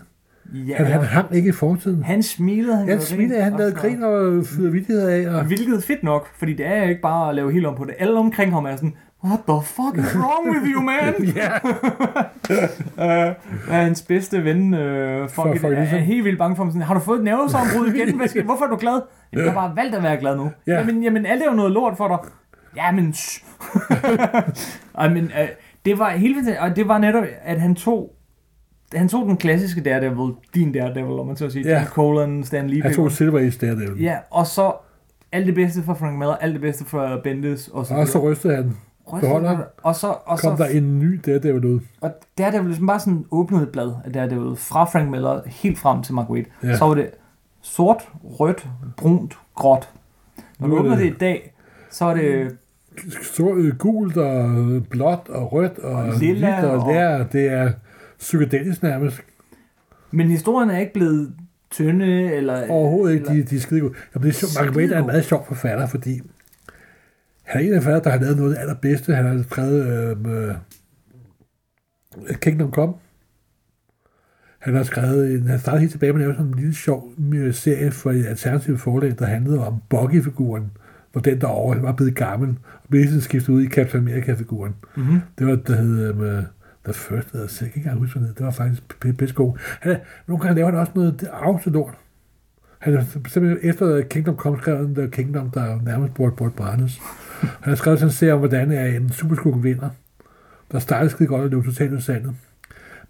Speaker 1: ja.
Speaker 2: Han, han hang ikke i fortiden.
Speaker 1: han smilede. Han,
Speaker 2: Han
Speaker 1: gjorde
Speaker 2: smilede,
Speaker 1: rent,
Speaker 2: han
Speaker 1: og
Speaker 2: lavede
Speaker 1: så-
Speaker 2: grin og fyrede vittigheder af. Og,
Speaker 1: Hvilket er fedt nok, fordi det er jo ikke bare at lave helt om på det. Alle omkring ham er sådan, what the fuck is wrong with you, man?
Speaker 2: ja,
Speaker 1: Øh, er hans bedste ven, øh,
Speaker 2: For-
Speaker 1: folk,
Speaker 2: for
Speaker 1: er, er
Speaker 2: Lisa.
Speaker 1: helt vildt bange for ham. Sådan, har du fået et nervesambrud igen? Hvad skal, hvorfor er du glad? Jamen, jeg har bare valgt at være glad nu.
Speaker 2: Ja.
Speaker 1: Jamen, jamen alt er jo noget lort for dig. Jamen, shh. Ej, men, øh, det var helt vildt, og det var netop, at han tog han tog den klassiske Daredevil, din Daredevil, om man så at sige,
Speaker 2: Ja.
Speaker 1: ja. Colin, Stan Lee.
Speaker 2: han tog Silver Age der, der.
Speaker 1: Ja, og så alt det bedste fra Frank Miller, alt det bedste fra Bendis, og så,
Speaker 2: Og så rystede han.
Speaker 1: Rystede
Speaker 2: beholder.
Speaker 1: det. og så, og
Speaker 2: Kom
Speaker 1: så
Speaker 2: der en ny der, der ud.
Speaker 1: og der er det jo ligesom bare sådan åbnet et blad, at der er det jo fra Frank Miller helt frem til Mark Waid.
Speaker 2: Ja.
Speaker 1: Ja. Så var det sort, rødt, brunt, gråt. Når
Speaker 2: Nu
Speaker 1: du
Speaker 2: er
Speaker 1: åbner
Speaker 2: det-
Speaker 1: det i dag, så er det
Speaker 2: Så øh, gult og øh, blåt og rødt og
Speaker 1: Lilla
Speaker 2: hvidt og
Speaker 1: og-
Speaker 2: der. Det er psykedelisk nærmest.
Speaker 1: Men historien er ikke blevet tynde, eller...
Speaker 2: Overhovedet ikke,
Speaker 1: Eller,
Speaker 2: de, de er skide gode. Jamen, det er sjovt. Mark Waid er en
Speaker 1: Skidegod.
Speaker 2: meget sjov forfatter, fordi han er en af forfatter, der har lavet noget af det allerbedste. Han har skrevet øh, øh, Kingdom Come. Han har skrevet, en- han startede helt tilbage med at lave sådan en lille sjov øh, serie for et alternativt forlag, der handlede om Buggy-figuren, hvor den derovre var blevet gammel, og blev hele tiden skiftet ud i Captain America-figuren.
Speaker 1: mm-hmm.
Speaker 2: Det var, der hed... Øhm, The First, jeg kan ikke engang huske, hvad den hed. det var faktisk p- p- pisse god. Han, er- nogle gange laver han også noget afslørt. Han har simpelthen efter Kingdom Come skrevet en The Kingdom, der nærmest burde burde brændes. han har skrevet sådan en serie om, hvordan er en superskurken vinder. Der startede skide godt og løb totalt ud i sandet.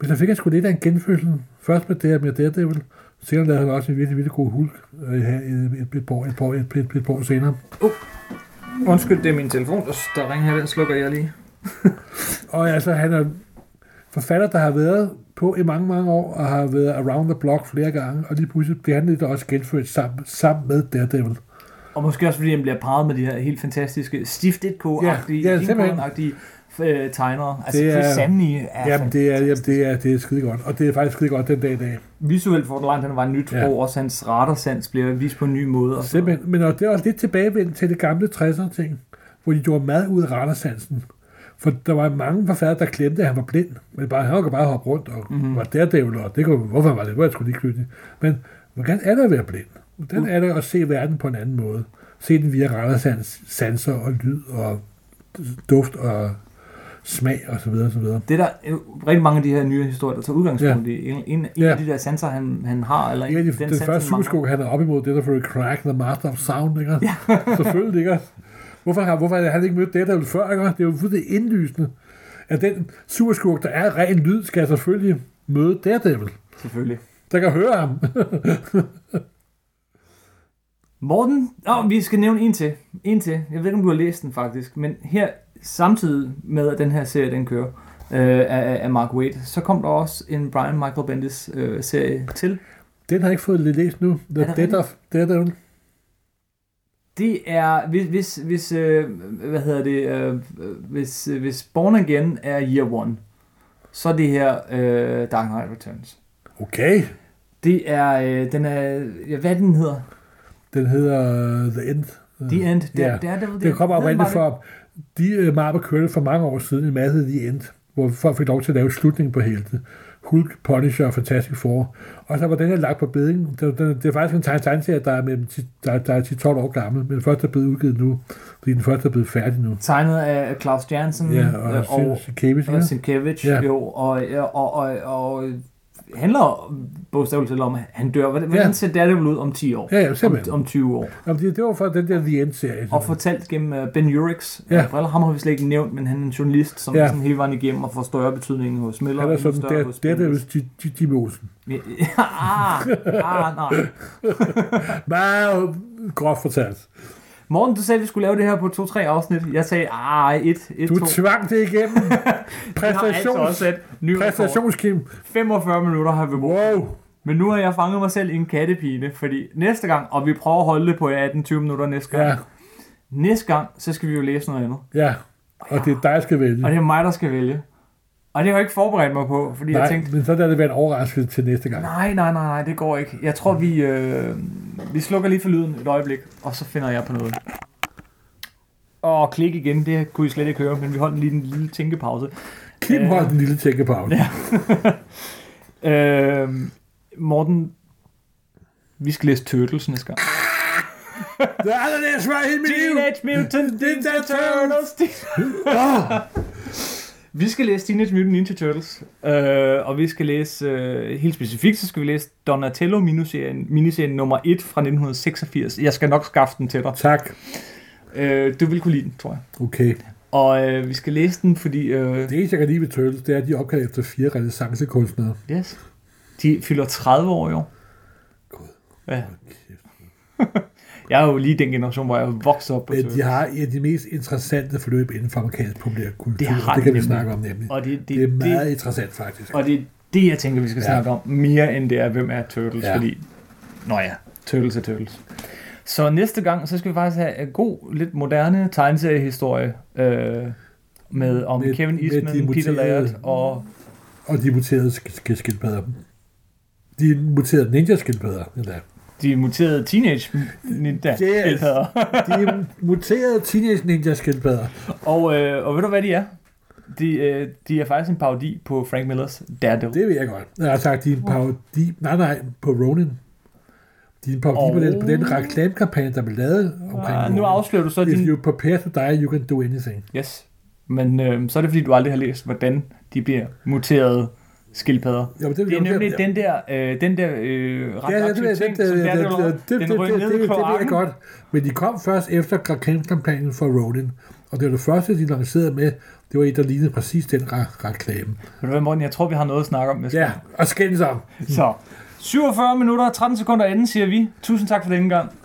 Speaker 2: Men så fik han sgu lidt af en genfødsel. Først med det her med Daredevil. Senere lavede han også en virkelig, virkelig god hulk øh, her et, et, et, par- et, par- et, et, et par år senere.
Speaker 1: Undskyld, det er min telefon, der, der ringer her, den slukker jeg lige.
Speaker 2: Og altså, han er forfatter, der har været på i mange, mange år, og har været around the block flere gange, og lige pludselig bliver han lidt også genfødt sammen, sammen med Daredevil.
Speaker 1: Og måske også, fordi den bliver parret med de her helt fantastiske Steve Ditko-agtige,
Speaker 2: Ja, ja,
Speaker 1: ja,
Speaker 2: simpelthen.
Speaker 1: agtige øh, tegnere. Altså,
Speaker 2: Det
Speaker 1: det
Speaker 2: er-
Speaker 1: er, Chris Samney er...
Speaker 2: Ja, jamen, det er, jamen, det er, det er skide godt, og det er faktisk skide godt den dag i dag.
Speaker 1: Visuelt får du langt, han var en nyt
Speaker 2: Ja.
Speaker 1: ja. sprog, også hans radarsans bliver vist på en ny måde. Og sådan noget.
Speaker 2: Simpelthen. Men og det er også lidt tilbagevendt til det gamle 60'er ting, hvor de gjorde mad ud af Randersansen. For der var mange forfattere, der klemte, at han var blind. Men bare, han kunne bare hoppe rundt og mm-hmm. var Daredevil, og det kunne, hvorfor var det? Hvor jeg skulle lige knytte. Men hvordan er det at være blind? Hvordan er det at se verden på en anden måde? Se den via Randersans, sanser og lyd og duft og smag og så videre, og så videre.
Speaker 1: Det er der jo rigtig mange af de her nye historier, der tager udgangspunkt ja. i. En, en, en
Speaker 2: Ja.
Speaker 1: af de der sanser, han, han har, eller en,
Speaker 2: Ja, de, den,
Speaker 1: den
Speaker 2: den
Speaker 1: sans,
Speaker 2: første
Speaker 1: han mangler.
Speaker 2: superskog, han er op imod det, der får Crack, The Master of Sound, ikke? Ja. Selvfølgelig, ikke? Hvorfor har, hvorfor har han ikke mødt det, der før, ikke? Det er jo fuldstændig indlysende, at den superskurk, der er ren lyd, skal selvfølgelig møde Daredevil,
Speaker 1: Selvfølgelig.
Speaker 2: der kan høre ham.
Speaker 1: Morten, oh, vi skal nævne en til. En til. Jeg ved ikke, om du har læst den faktisk, men her samtidig med, at den her serie, den kører, øh, af, af Mark Waid, så kom der også en Brian Michael Bendis øh, serie til.
Speaker 2: Den har ikke fået lidt læst nu. The
Speaker 1: Er det
Speaker 2: Death of Daredevil.
Speaker 1: Det er, hvis, hvis, hvis øh, hvad hedder det, øh, hvis, øh, hvis Born Again er year one, så er det her øh, Dark Knight Returns.
Speaker 2: Okay.
Speaker 1: Det er, øh, den er, ja, hvad den hedder?
Speaker 2: Den hedder øh, The End.
Speaker 1: The End. Det,
Speaker 2: Ja.
Speaker 1: yeah. det, er, det, det,
Speaker 2: Det kommer
Speaker 1: det-
Speaker 2: oprindeligt
Speaker 1: det-
Speaker 2: fra, de øh, mapper kørte for mange år siden en masse The End, hvor folk fik lov til at lave slutningen på helte. Hulk, Punisher og Fantastic Four. Og så var den her lagt på beding. Det, det, det er faktisk en tegn- tegneserie, der er, mellem 10, der, der er 10-12 år gammel, men først er blevet udgivet nu, fordi den første er blevet færdig nu.
Speaker 1: Tegnet af Claus Jansen
Speaker 2: Ja,
Speaker 1: øh,
Speaker 2: og,
Speaker 1: Mm. og,
Speaker 2: og, og
Speaker 1: og Sienkiewicz,
Speaker 2: ikke?
Speaker 1: jo, og, og, og, og, og handler bogstaveligt talt om, at han dør. Hvordan
Speaker 2: Ja.
Speaker 1: ja. ser Daredevil ud om 10 år?
Speaker 2: Ja, ja,
Speaker 1: om,
Speaker 2: simpelthen.
Speaker 1: om 20 år.
Speaker 2: Jamen, det, det var for den der The End-serie.
Speaker 1: Og fortalt gennem øh, Ben Urichs
Speaker 2: Ja.
Speaker 1: ja. briller. Ham har vi slet ikke nævnt, men han er en journalist, som
Speaker 2: Ja.
Speaker 1: ja. sådan hele vejen igennem og får større betydning hos Miller.
Speaker 2: Han er
Speaker 1: endnu
Speaker 2: sådan
Speaker 1: større
Speaker 2: der,
Speaker 1: hos
Speaker 2: der, der
Speaker 1: Bendis.
Speaker 2: er Jimmy Olsen.
Speaker 1: Ja, ah, ah, nej.
Speaker 2: Meget groft fortalt.
Speaker 1: Morten, du sagde, at vi skulle lave det her på 2-3 afsnit. Jeg sagde, ah, 1-2.
Speaker 2: Du tvang det igennem.
Speaker 1: altså
Speaker 2: Præstations,
Speaker 1: ny rekord.
Speaker 2: præstationskim.
Speaker 1: 45 minutter har vi brugt.
Speaker 2: Wow.
Speaker 1: Men nu har jeg fanget mig selv i en kattepine, fordi næste gang, og vi prøver at holde det på 18-20 minutter næste gang,
Speaker 2: Ja,
Speaker 1: ja. næste gang, så skal vi jo læse noget andet.
Speaker 2: ja. Og det er dig, der skal vælge.
Speaker 1: Og det er mig, der skal vælge. Og det har jeg ikke forberedt mig på, fordi
Speaker 2: Nej,
Speaker 1: jeg tænkte,
Speaker 2: men så lader det være en overraskelse til næste gang.
Speaker 1: nej, nej, nej, nej, det går ikke. Jeg tror, vi, øh, vi slukker lige for lyden et øjeblik, og så finder jeg på noget. Og klik igen, det kunne I slet ikke høre, men vi holdt lige en lille tænkepause.
Speaker 2: Kim
Speaker 1: Øh.
Speaker 2: holdt en lille tænkepause. Ja.
Speaker 1: Øh, Morten, vi skal læse Turtles næste gang.
Speaker 2: Det er aldrig det, jeg svarer hele mit liv.
Speaker 1: Teenage Mutant Ninja Turtles!
Speaker 2: Åh,
Speaker 1: Vi skal læse Teenage Mutant Ninja Turtles, øh, og vi skal læse, øh, helt specifikt, så skal vi læse Donatello miniserien, miniserien nummer 1 fra 1986. Jeg skal nok skaffe den til dig.
Speaker 2: Tak.
Speaker 1: Øh, du vil kunne lide den, tror jeg.
Speaker 2: Okay.
Speaker 1: Og øh, vi skal læse den, fordi øh,
Speaker 2: Det eneste, jeg kan lide ved Turtles, det er, at de er opkaldt efter fire renaissancekunstnere.
Speaker 1: yes, de fylder 30 år i år.
Speaker 2: God.
Speaker 1: Ja.
Speaker 2: kæft.
Speaker 1: Jeg er jo lige den generation, hvor jeg er vokset op på
Speaker 2: Men
Speaker 1: Turtles.
Speaker 2: de har et af de mest interessante forløb inden for amerikansk populærkultur.
Speaker 1: Det har
Speaker 2: det
Speaker 1: de
Speaker 2: kan vi
Speaker 1: nemlig.
Speaker 2: snakke om nemlig.
Speaker 1: Og det, det,
Speaker 2: Det er meget
Speaker 1: det,
Speaker 2: interessant faktisk.
Speaker 1: og det er det, jeg tænker, vi skal
Speaker 2: Ja.
Speaker 1: snakke om, mere end det er, hvem er Turtles,
Speaker 2: Ja.
Speaker 1: ja. fordi, nå ja, Turtles er Turtles. Så næste gang, så skal vi faktisk have en god, lidt moderne tegneseriehistorie øh, med om
Speaker 2: Med-
Speaker 1: med, Kevin
Speaker 2: med
Speaker 1: Eastman,
Speaker 2: de
Speaker 1: Peter
Speaker 2: muterede-
Speaker 1: Laird og
Speaker 2: Og de muterede sk- sk- skildpadder. De muterede ninja-skildpadder. endda.
Speaker 1: de muterede teenage ninja
Speaker 2: Yes. De muterede teenage ninja-skildpadder.
Speaker 1: og, øh, og ved du, hvad de er? De, øh, de er faktisk en parodi på Frank Millers Daredevil.
Speaker 2: Det vil jeg godt. Jeg har sagt, de er en parodi... Nej, nej, på Ronin. De er en parodi oh. på, den, på den reklamekampagne, der blev lavet omkring
Speaker 1: Ah, nu afslører du så
Speaker 2: If
Speaker 1: din...
Speaker 2: you prepare to die, you can do anything.
Speaker 1: Yes. Men øh, så er det, fordi du aldrig har læst, hvordan de bliver muterede skildpadder.
Speaker 2: Jo, men det,
Speaker 1: Det er
Speaker 2: jo,
Speaker 1: nemlig
Speaker 2: det,
Speaker 1: den der, øh, den der øh,
Speaker 2: Ja, ja, det,
Speaker 1: radioaktive
Speaker 2: ved jeg-
Speaker 1: ting,
Speaker 2: det, det,
Speaker 1: som
Speaker 2: det,
Speaker 1: Daredevil har.
Speaker 2: det, det, det,
Speaker 1: den ryger
Speaker 2: det,
Speaker 1: ned i
Speaker 2: det, det ved jeg
Speaker 1: kloakken.
Speaker 2: godt. Men de kom først efter reklamekampagnen for Ronin, og det var det første, de lancerede med, det var et, der lignede præcis den re- reklame.
Speaker 1: Ved du hvad, Morten, jeg tror, vi har noget at snakke om næste
Speaker 2: Ja, og skændes om.
Speaker 1: gang. Så, 47 minutter og 13 sekunder inden, siger vi. Tusind tak for denne gang.